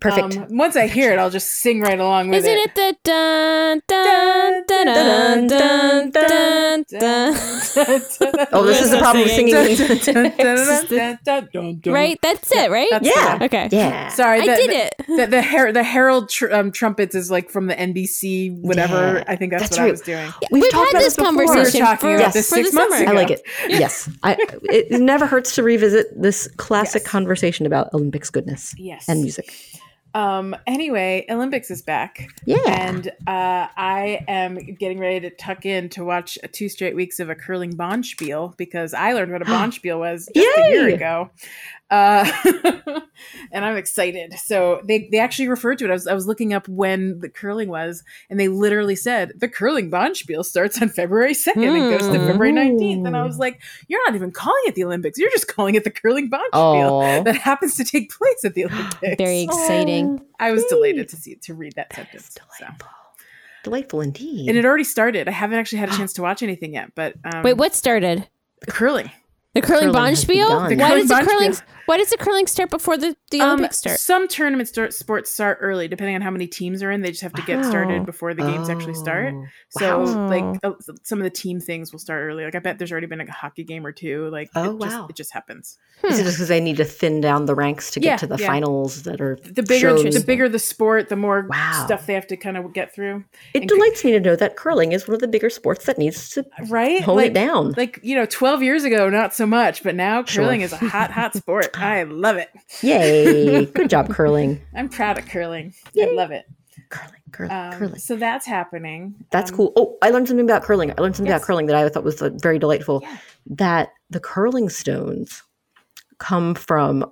Speaker 2: Perfect.
Speaker 6: Um, once i hear it i'll just sing right along with
Speaker 1: Isn't
Speaker 6: it
Speaker 1: it the dun dun dun dun dun dun?
Speaker 2: oh, this is the problem with singing.
Speaker 1: Right? That's it, right?
Speaker 6: That's the
Speaker 2: yeah.
Speaker 6: one.
Speaker 1: Okay.
Speaker 2: Yeah.
Speaker 6: Sorry,
Speaker 1: I
Speaker 6: the,
Speaker 1: did
Speaker 6: the-
Speaker 1: it.
Speaker 6: The, the, Her- the Herald tr- um, trumpets is like from the NBC, whatever.
Speaker 2: Yeah,
Speaker 6: I think that's,
Speaker 2: that's
Speaker 6: what I
Speaker 2: right.
Speaker 6: was doing.
Speaker 2: We've,
Speaker 1: We've
Speaker 2: talked
Speaker 1: had
Speaker 2: about
Speaker 1: this
Speaker 2: before.
Speaker 1: conversation
Speaker 6: We were talking
Speaker 1: for,
Speaker 6: about
Speaker 1: for
Speaker 6: this six
Speaker 1: the
Speaker 6: months
Speaker 1: summer.
Speaker 2: I
Speaker 6: ago.
Speaker 2: like it. Yes, I. It never hurts to revisit this classic conversation about Olympics goodness
Speaker 6: Yes.
Speaker 2: and music.
Speaker 6: Um. Anyway, Olympics is back.
Speaker 2: Yeah.
Speaker 6: And uh, I am getting ready to tuck in to watch two straight weeks of a curling bonspiel because I learned what a bonspiel was just a year
Speaker 2: Yay!
Speaker 6: ago, uh, and I'm excited. So they they actually referred to it. I was I was looking up when the curling was, and they literally said the curling bonspiel starts on February second and goes to
Speaker 1: Hmm.
Speaker 6: February nineteenth. And I was like, you're not even calling it the Olympics. You're just calling it the curling bonspiel
Speaker 2: Oh.
Speaker 6: that happens to take place at the Olympics.
Speaker 1: Very exciting.
Speaker 6: I was delighted to see to read that, sentence. so.
Speaker 2: Delightful indeed.
Speaker 6: And it already started. I haven't actually had a chance to watch anything yet, but um,
Speaker 1: Wait, what started?
Speaker 6: curling?
Speaker 1: The curling,
Speaker 2: curling has
Speaker 1: bonspiel?
Speaker 2: begun.
Speaker 1: Why
Speaker 6: The
Speaker 1: does the
Speaker 6: curling
Speaker 1: curling
Speaker 6: bonspiel.
Speaker 1: why does the curling start before the, the
Speaker 6: Um,
Speaker 1: Olympics start?
Speaker 6: some tournament star- sports start early, depending on how many teams are in. They just have to get
Speaker 2: Wow.
Speaker 6: started before the games actually start.
Speaker 2: Oh,
Speaker 6: So,
Speaker 1: Oh. wow.
Speaker 6: like uh, s- some of the team things will start early. Like I bet there's already been like, a hockey game or two. Like
Speaker 2: Oh,
Speaker 6: it just,
Speaker 2: wow.
Speaker 6: it just happens.
Speaker 2: Is it just because they need to thin down the ranks to get
Speaker 6: hmm. Yeah,
Speaker 2: to the
Speaker 6: yeah.
Speaker 2: finals that are
Speaker 6: The bigger
Speaker 2: shows?
Speaker 6: the bigger the sport, the more
Speaker 2: Wow.
Speaker 6: stuff they have to kind of get through.
Speaker 2: It delights me to know that curling is one of the bigger sports that needs to
Speaker 6: Right?
Speaker 2: hone
Speaker 6: like,
Speaker 2: it down.
Speaker 6: Like you know, 12 years ago, not so much, but now curling is a hot, hot sport. I love it.
Speaker 2: Yay! Good job, curling.
Speaker 6: I'm proud of curling. I love it.
Speaker 2: Curling, curling,
Speaker 6: Um,
Speaker 2: curling.
Speaker 6: so that's happening.
Speaker 2: That's cool. Oh, I learned something about curling. I learned something about curling that I thought was uh, very delightful. That the curling stones come from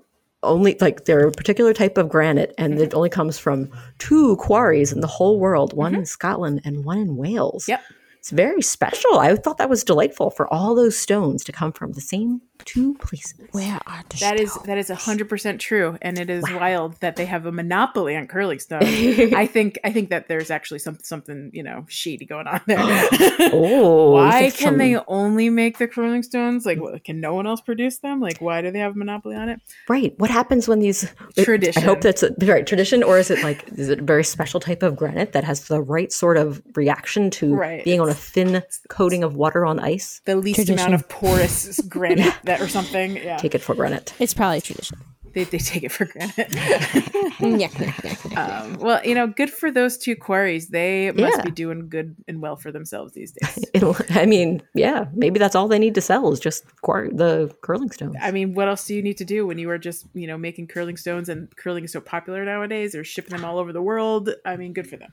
Speaker 2: only like they're a particular type of granite, and
Speaker 6: Mm-hmm.
Speaker 2: it only comes from two quarries in the whole world: one in Scotland and one in Wales.
Speaker 6: Mm-hmm. Yep.
Speaker 2: It's very special. I thought that was delightful for all those stones to come from the same two places.
Speaker 1: Where are the
Speaker 6: That is that is hundred percent true, and it is wild that they have a monopoly on curling stuff. I think I think that there's actually some, something you know shady going on there.
Speaker 2: Oh,
Speaker 6: why can they only make the curling stones? Like, what, can no one else produce them? Like, why do they have a monopoly on it?
Speaker 2: Right. What happens when these it-
Speaker 6: Tradition.
Speaker 2: I hope that's a, right tradition, or is it like is it a very special type of granite that has the right sort of reaction to
Speaker 6: Right.
Speaker 2: being on a thin coating of water on ice?
Speaker 6: The least amount of porous granite that or something. Yeah,
Speaker 2: Take it for granite.
Speaker 1: It's probably tradition.
Speaker 6: they, they take it for granted.
Speaker 1: yeah, yeah, yeah, yeah.
Speaker 6: Um, well, you know, good for those two quarries. They must
Speaker 2: Yeah.
Speaker 6: be doing good and well for themselves these days.
Speaker 2: It'll, I mean, yeah, maybe that's all they need to sell is just quar- the curling stones.
Speaker 6: I mean, what else do you need to do when you are just, you know, making curling stones and curling is so popular nowadays? They're shipping them all over the world. I mean, good for them.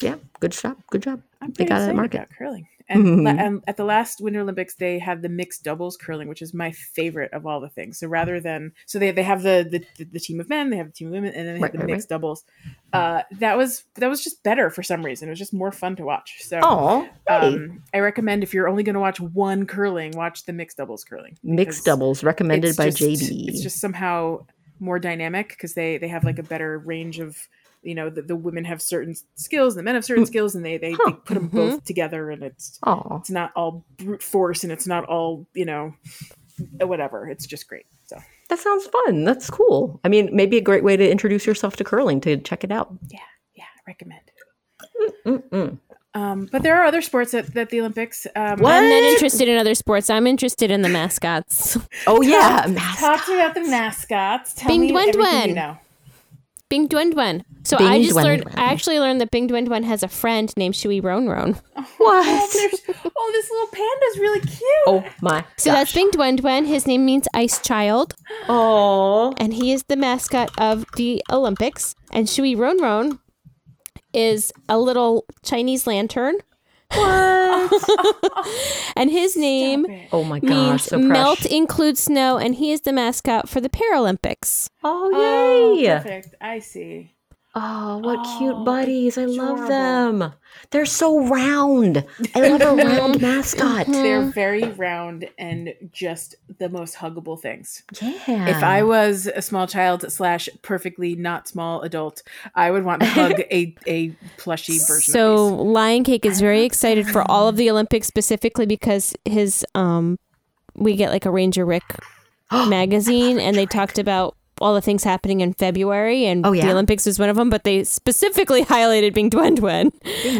Speaker 2: Yeah, good job, good job.
Speaker 6: I'm
Speaker 2: They
Speaker 6: pretty
Speaker 2: got
Speaker 6: excited
Speaker 2: that market. Mm-hmm.
Speaker 6: about curling. And, la- and at the last Winter Olympics, they had the mixed doubles curling, which is my favorite of all the things. So rather than so they, they have the, the- the the team of men, they have the team of women, and then they have
Speaker 2: Right,
Speaker 6: the
Speaker 2: right,
Speaker 6: mixed doubles. Uh, that was that was just better for some reason. It was just more fun to watch. So
Speaker 2: Oh,
Speaker 6: um, I recommend if you're only going to watch one curling, watch the mixed doubles curling.
Speaker 2: mixed
Speaker 6: because-
Speaker 2: doubles recommended
Speaker 6: it's
Speaker 2: by
Speaker 6: just-
Speaker 2: JD.
Speaker 6: It's just somehow more dynamic because they they have like a better range of you know the, the women have certain skills, the men have
Speaker 2: Hmm.
Speaker 6: certain skills, and they they, they put
Speaker 2: Mm-hmm.
Speaker 6: them both together, and it's
Speaker 2: oh,
Speaker 6: it's not all brute force, and it's not all you know uh, whatever. It's just great. So
Speaker 2: that sounds fun. That's cool. I mean, maybe a great way to introduce yourself to curling to check it out.
Speaker 6: yeah, yeah, I recommend. Um, but there are other sports at, at the Olympics. Um,
Speaker 1: I'm not interested in other sports. I'm interested in the mascots.
Speaker 2: Oh yeah,
Speaker 6: Talk to me about the mascots. Tell
Speaker 1: Bing
Speaker 6: me
Speaker 1: Dwen
Speaker 6: everything
Speaker 1: Dwen.
Speaker 6: you know.
Speaker 1: Bing Dwen Dwen. So
Speaker 2: Bing
Speaker 1: I just
Speaker 2: Dwen
Speaker 1: learned.
Speaker 2: Dwen.
Speaker 1: I actually learned that Bing Dwen Dwen has a friend named Shui Ron Ron.
Speaker 2: what?
Speaker 6: Oh, this little panda's really cute.
Speaker 2: Oh my.
Speaker 1: So that's Bing Dwen Dwen. His name means Ice Child,
Speaker 2: Oh.
Speaker 1: and he is the mascot of the Olympics. And Shui Ron Ron is a little Chinese lantern. and his name
Speaker 2: Oh my gosh.
Speaker 1: means
Speaker 2: So
Speaker 1: melt
Speaker 2: crushed.
Speaker 1: includes snow, and he is the mascot for the Paralympics.
Speaker 2: Oh yay. Oh,
Speaker 6: Perfect. I see.
Speaker 2: what
Speaker 1: Oh,
Speaker 2: cute buddies. I love them. They're so round. I love a
Speaker 1: Mm-hmm.
Speaker 2: round mascot.
Speaker 6: They're very round and just the most huggable things.
Speaker 2: Yeah.
Speaker 6: If I was a small child slash perfectly not small adult, I would want to hug a, a plushy version
Speaker 1: So
Speaker 6: of
Speaker 1: Lion Cake is very excited for all of the Olympics specifically because his um we get like a Ranger Rick magazine and they talked about all the things happening in February and
Speaker 2: Oh, yeah?
Speaker 1: the Olympics was one of them, but they specifically highlighted Bing Dwen Dwen.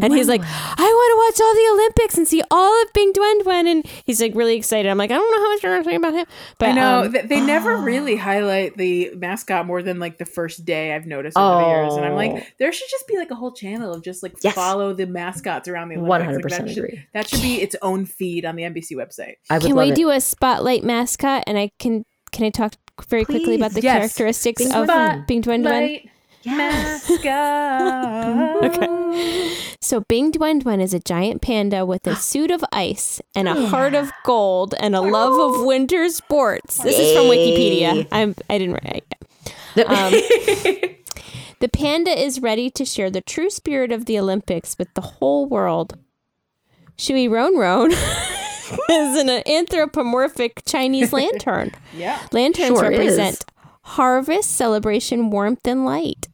Speaker 1: And he's like, I want to watch all the Olympics and see all of Bing Dwen Dwen. And he's like really excited. I'm like, I don't know how much you're talking about him. But
Speaker 6: these. I know
Speaker 1: um,
Speaker 6: th- they never really highlight the mascot more than like the first day I've noticed over the years, and I'm
Speaker 2: Oh.
Speaker 6: like, there should just be like a whole channel of just like
Speaker 2: Yes.
Speaker 6: follow the mascots around the Olympics. Like,
Speaker 2: 100%
Speaker 6: that should-
Speaker 2: agree.
Speaker 6: That should be its own feed on the NBC website.
Speaker 2: I would
Speaker 1: can
Speaker 2: love
Speaker 1: we
Speaker 2: it.
Speaker 1: do a spotlight mascot? And I can can I talk very quickly about the
Speaker 6: Please, yes.
Speaker 1: characteristics
Speaker 2: Bing
Speaker 1: of
Speaker 6: Dwen.
Speaker 1: Bing Dwen Dwen?
Speaker 6: Light mascot.
Speaker 1: So Bing Dwen Dwen is a giant panda with a suit of ice and a heart of gold and a love of winter sports. This is from Wikipedia. I'm I didn't write it. um, The panda is ready to share the true spirit of the Olympics with the whole world. Shui Ron Ron is an anthropomorphic Chinese lantern.
Speaker 6: Yeah.
Speaker 1: Lanterns
Speaker 2: Sure is.
Speaker 1: represent harvest, celebration, warmth, and light.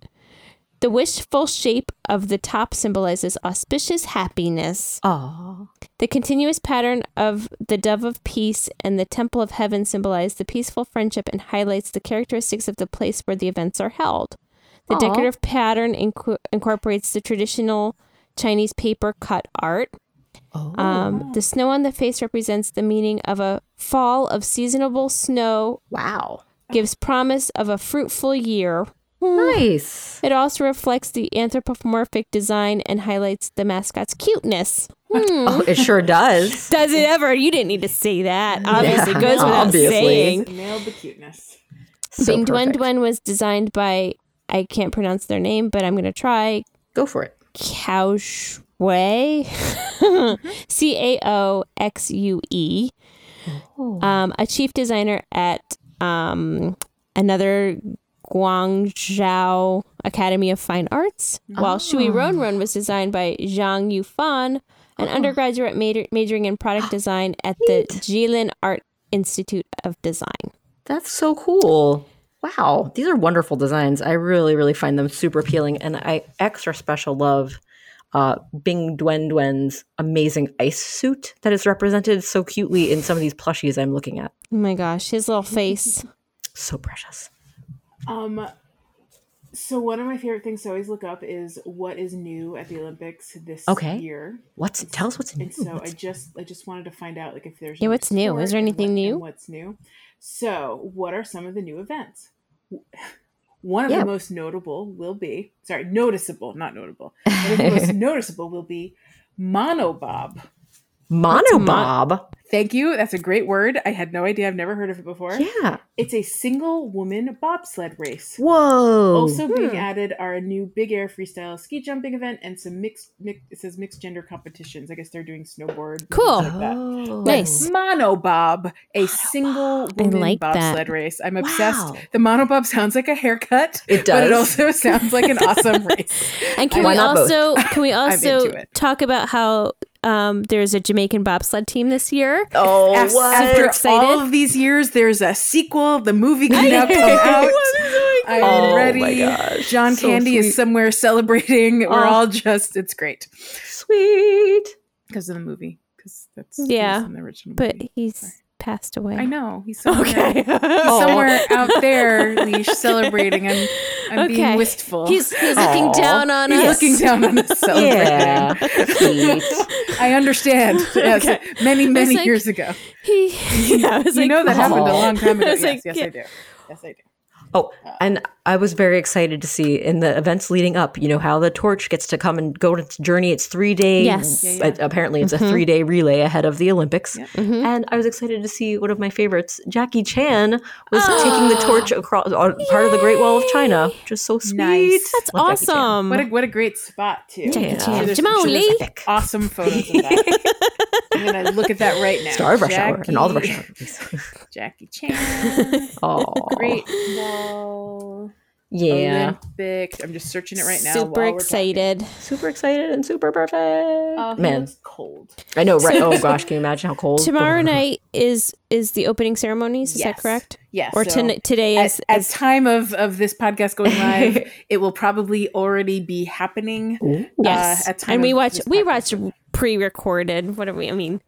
Speaker 1: The wishful shape of the top symbolizes auspicious happiness.
Speaker 2: Aw.
Speaker 1: The continuous pattern of the dove of peace and the temple of heaven symbolize the peaceful friendship and highlights the characteristics of the place where the events are held. The
Speaker 2: Aw.
Speaker 1: decorative pattern inco- incorporates the traditional Chinese paper cut art. Um, the snow on the face represents the meaning of a fall of seasonable snow,
Speaker 2: Wow.
Speaker 1: gives promise of a fruitful year. Mm-hmm.
Speaker 2: Nice.
Speaker 1: It also reflects the anthropomorphic design and highlights the mascot's cuteness. Hmm.
Speaker 2: Oh, it sure does.
Speaker 1: Does it ever? You didn't need to say that. Obviously,
Speaker 2: Yeah,
Speaker 1: goes without
Speaker 2: obviously.
Speaker 1: saying.
Speaker 6: Nailed the cuteness.
Speaker 2: So
Speaker 1: Bing Dwen
Speaker 2: perfect.
Speaker 1: Dwen was designed by I can't pronounce their name, but I'm gonna try
Speaker 2: Go for it.
Speaker 1: Cao Shui, C A O X U E, um, a chief designer at um, another Guangzhou Academy of Fine Arts, while Shui Ron Ron was designed by Zhang Yufan, an undergraduate major- majoring in product design at the Jilin Art Institute of Design.
Speaker 2: That's so cool. Wow. These are wonderful designs. I really, really find them super appealing. And I extra special love uh, Bing Dwen Dwen's amazing ice suit that is represented so cutely in some of these plushies I'm looking at.
Speaker 1: Oh my gosh, his little face.
Speaker 2: So precious.
Speaker 6: Um, so one of my favorite things to always look up is what is new at the Olympics this
Speaker 2: Okay.
Speaker 6: year.
Speaker 2: What's tell us what's new?
Speaker 6: And so I just I just wanted to find out like if there's
Speaker 1: Yeah,
Speaker 6: another
Speaker 1: what's new? Is
Speaker 6: sport
Speaker 1: there
Speaker 6: and
Speaker 1: anything
Speaker 6: what- and
Speaker 1: new?
Speaker 6: What's new? So what are some of the new events? One of
Speaker 2: Yeah.
Speaker 6: the most notable will be sorry noticeable, not notable. One of the most noticeable will be monobob.
Speaker 2: Monobob.
Speaker 6: Thank you. That's a great word. I had no idea. I've never heard of it before.
Speaker 2: yeah.
Speaker 6: It's a single woman bobsled race.
Speaker 2: Whoa.
Speaker 6: Also being added are a new big air freestyle ski jumping event and some mixed mix, it says mixed gender competitions. I guess they're doing snowboard. and
Speaker 1: Cool.
Speaker 6: things Like that.
Speaker 2: Oh.
Speaker 1: Nice.
Speaker 6: Monobob, a single woman
Speaker 1: like that.
Speaker 6: bobsled race. I'm obsessed.
Speaker 2: Wow.
Speaker 6: The monobob sounds like a haircut,
Speaker 2: It
Speaker 6: but it
Speaker 2: does.
Speaker 6: also sounds like an awesome race.
Speaker 1: And can
Speaker 2: Why
Speaker 1: we
Speaker 2: not both?
Speaker 1: also can we also
Speaker 6: into it.
Speaker 1: talk about how um, there's a Jamaican bobsled team this year?
Speaker 2: Oh,
Speaker 6: Af-
Speaker 2: what?
Speaker 6: After
Speaker 1: excited.
Speaker 6: all of these years, there's a sequel. The movie can now come out. I'm
Speaker 2: Oh my
Speaker 6: ready.
Speaker 2: gosh,
Speaker 6: John
Speaker 2: so
Speaker 6: Candy
Speaker 2: sweet. Oh.
Speaker 6: is somewhere celebrating. We're all just, it's great
Speaker 2: Sweet.
Speaker 6: because of the movie. Because that's
Speaker 1: Yeah,
Speaker 6: yeah, in the original.
Speaker 1: But
Speaker 6: movie.
Speaker 1: he's passed away.
Speaker 6: I know he's somewhere, he's
Speaker 1: Oh.
Speaker 6: somewhere out there, leash celebrating. I'm, I'm being wistful.
Speaker 1: He's, he's looking down on
Speaker 6: He's
Speaker 1: us.
Speaker 6: looking down on us celebrating.
Speaker 2: Yeah. Sweet.
Speaker 6: I understand. Yes, many many
Speaker 1: like-
Speaker 6: years ago.
Speaker 1: He, yeah, I was
Speaker 6: You
Speaker 1: like,
Speaker 6: know that happened a
Speaker 2: "Aw."
Speaker 6: long time ago.
Speaker 1: I was like,
Speaker 6: Yes, yes,
Speaker 1: yeah.
Speaker 6: I do. Yes, I do.
Speaker 2: Oh, and I was very excited to see in the events leading up, you know, how the torch gets to come and go on its journey. It's three days.
Speaker 1: Yes. Mm-hmm. Yeah,
Speaker 2: Apparently, it's a three day relay ahead of the Olympics.
Speaker 1: Mm-hmm.
Speaker 2: And I was excited to see one of my favorites, Jackie Chan, was taking the torch across on part of the Great Wall of China. Just so sweet.
Speaker 6: Nice.
Speaker 1: that's
Speaker 2: Love Jackie Chan.
Speaker 1: awesome.
Speaker 6: What a what a great spot too.
Speaker 1: Jackie
Speaker 2: Yeah.
Speaker 1: Chan.
Speaker 6: There's-
Speaker 1: Jamal
Speaker 6: there's
Speaker 1: Lee.
Speaker 2: Epic.
Speaker 6: Awesome photos of that. I'm gonna look at that right now.
Speaker 2: Star of Rush Hour and all the Rush
Speaker 6: Jackie-
Speaker 2: Hour movies.
Speaker 6: Jackie Chan.
Speaker 2: Oh,
Speaker 6: Great Oh, Wall.
Speaker 2: Yeah.
Speaker 6: Olympic. I'm just searching it right now.
Speaker 1: Super
Speaker 6: while we're
Speaker 1: excited.
Speaker 2: Super excited and super perfect.
Speaker 6: talking. Oh,
Speaker 2: Man,
Speaker 6: Man, cold.
Speaker 2: I know, right? Oh gosh, can you imagine how cold?
Speaker 1: Tomorrow night is is the opening ceremonies. Is that
Speaker 6: Yes.
Speaker 1: correct?
Speaker 6: Yes.
Speaker 1: Or
Speaker 6: so
Speaker 1: ton- today
Speaker 6: At,
Speaker 1: is,
Speaker 6: at uh,
Speaker 1: is
Speaker 6: time of, of this podcast going live, it will probably already be happening.
Speaker 1: yes.
Speaker 6: uh, at time
Speaker 1: and we
Speaker 6: of
Speaker 1: watch
Speaker 6: this
Speaker 1: we
Speaker 6: podcast.
Speaker 1: watch pre-recorded. What do we? I mean,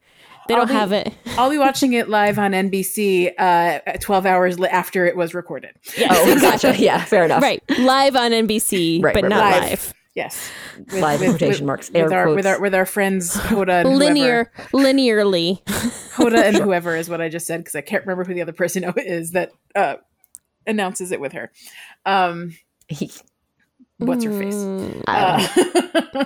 Speaker 1: they
Speaker 6: I'll
Speaker 1: don't
Speaker 6: be-
Speaker 1: have it.
Speaker 6: I'll be watching it live on NBC uh, 12 hours li- after it was recorded.
Speaker 2: Oh, gotcha. Yeah, fair enough.
Speaker 1: Right, live on NBC,
Speaker 2: Right,
Speaker 1: but
Speaker 2: right,
Speaker 1: not
Speaker 6: right.
Speaker 1: live.
Speaker 6: Yes. With,
Speaker 2: Live quotation marks, air
Speaker 6: with, our, with
Speaker 2: quotes.
Speaker 6: our with our friends Hoda and
Speaker 1: Linear, linearly.
Speaker 6: whoever, Hoda and whoever is what I just said because I can't remember who the other person is that uh, announces it with her. Um, what's her face?
Speaker 1: Mm,
Speaker 6: Uh,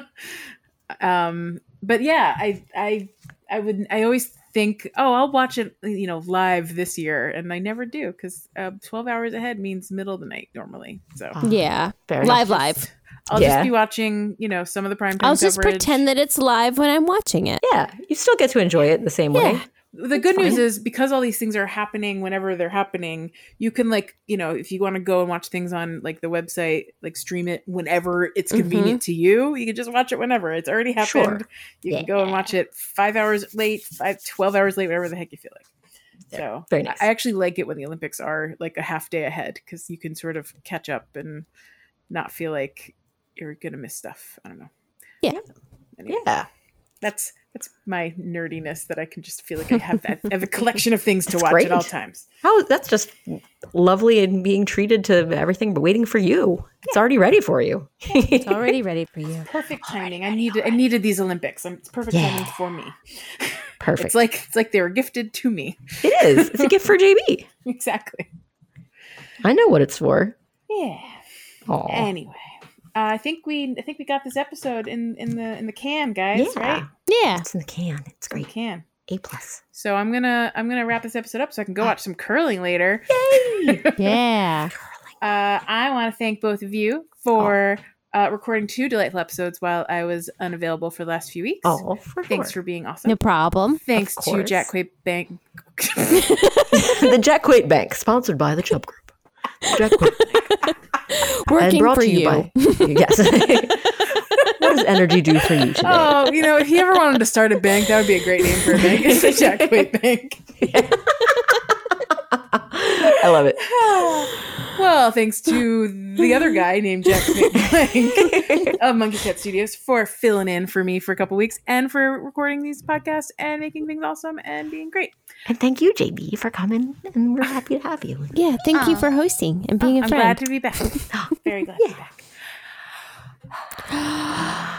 Speaker 6: um, but yeah, I I I would I always think, oh, I'll watch it, you know, live this year, and I never do because uh, twelve hours ahead means middle of the night normally. So
Speaker 1: Uh, Yeah,
Speaker 2: Fair
Speaker 1: live, live.
Speaker 6: I'll
Speaker 2: Yeah.
Speaker 6: just be watching, you know, some of the prime time.
Speaker 1: I'll just
Speaker 6: coverage.
Speaker 1: pretend that it's live when I'm watching it.
Speaker 2: Yeah, you still get to enjoy it the same way.
Speaker 6: the good news is because all these things are happening whenever they're happening you can like you know if you want to go and watch things on like the website like stream it whenever it's convenient to you you can just watch it whenever it's already happened
Speaker 2: Sure.
Speaker 6: you can go and watch it five hours late five 12 hours late whatever the heck you feel like so
Speaker 2: very nice.
Speaker 6: I I actually like it when the Olympics are like a half day ahead because you can sort of catch up and not feel like you're gonna miss stuff. I don't know.
Speaker 1: Yeah.
Speaker 6: Anyway
Speaker 2: Yeah.
Speaker 6: that's that's my nerdiness that I can just feel like I have that I have a collection of things to watch
Speaker 2: great.
Speaker 6: at all times.
Speaker 2: How that's just lovely and being treated to everything but waiting for you. It's already ready for you.
Speaker 1: It's already ready for you.
Speaker 6: Perfect
Speaker 2: Oh,
Speaker 6: timing. I needed I needed these Olympics. Um, It's perfect timing for me.
Speaker 2: Perfect.
Speaker 6: It's like it's like they were gifted to me.
Speaker 2: it is. It's a gift for JB.
Speaker 6: Exactly.
Speaker 2: I know what it's for.
Speaker 6: Yeah.
Speaker 2: Oh,
Speaker 6: Anyway, uh, I think we I think we got this episode in in the in the can, guys.
Speaker 2: yeah.
Speaker 6: Right?
Speaker 1: Yeah.
Speaker 2: It's in the can. It's
Speaker 6: We
Speaker 2: great.
Speaker 6: can.
Speaker 2: A plus.
Speaker 6: So I'm gonna I'm gonna wrap this episode up so I can
Speaker 2: Ah.
Speaker 6: go watch some curling later.
Speaker 1: Yeah.
Speaker 6: Uh, I want to thank both of you for
Speaker 2: Oh.
Speaker 6: uh, recording two delightful episodes while I was unavailable for the last few weeks.
Speaker 2: Oh, for
Speaker 6: Thanks
Speaker 2: sure.
Speaker 6: for being awesome.
Speaker 1: No problem.
Speaker 6: Thanks
Speaker 2: Of
Speaker 6: to
Speaker 2: course.
Speaker 6: Jack Quaid Bank.
Speaker 2: the Jack Quaid Bank, sponsored by the Chubb Group. Jack Quaid Bank, and
Speaker 1: Working
Speaker 2: brought
Speaker 1: for
Speaker 2: to you,
Speaker 1: you.
Speaker 2: by yes. what does energy do for you today?
Speaker 6: Oh, you know, if he ever wanted to start a bank, that would be a great name for a bank. It's the Jack Quaid Bank.
Speaker 2: I love it.
Speaker 6: Well, thanks to the other guy named Jack Blank of Monkey Cat Studios for filling in for me for a couple weeks and for recording these podcasts and making things awesome and being great.
Speaker 2: And thank you, JB, for coming. And we're happy to have you.
Speaker 1: Yeah, thank you for hosting and being a
Speaker 6: I'm
Speaker 1: friend.
Speaker 6: glad to be back. Very glad to be back.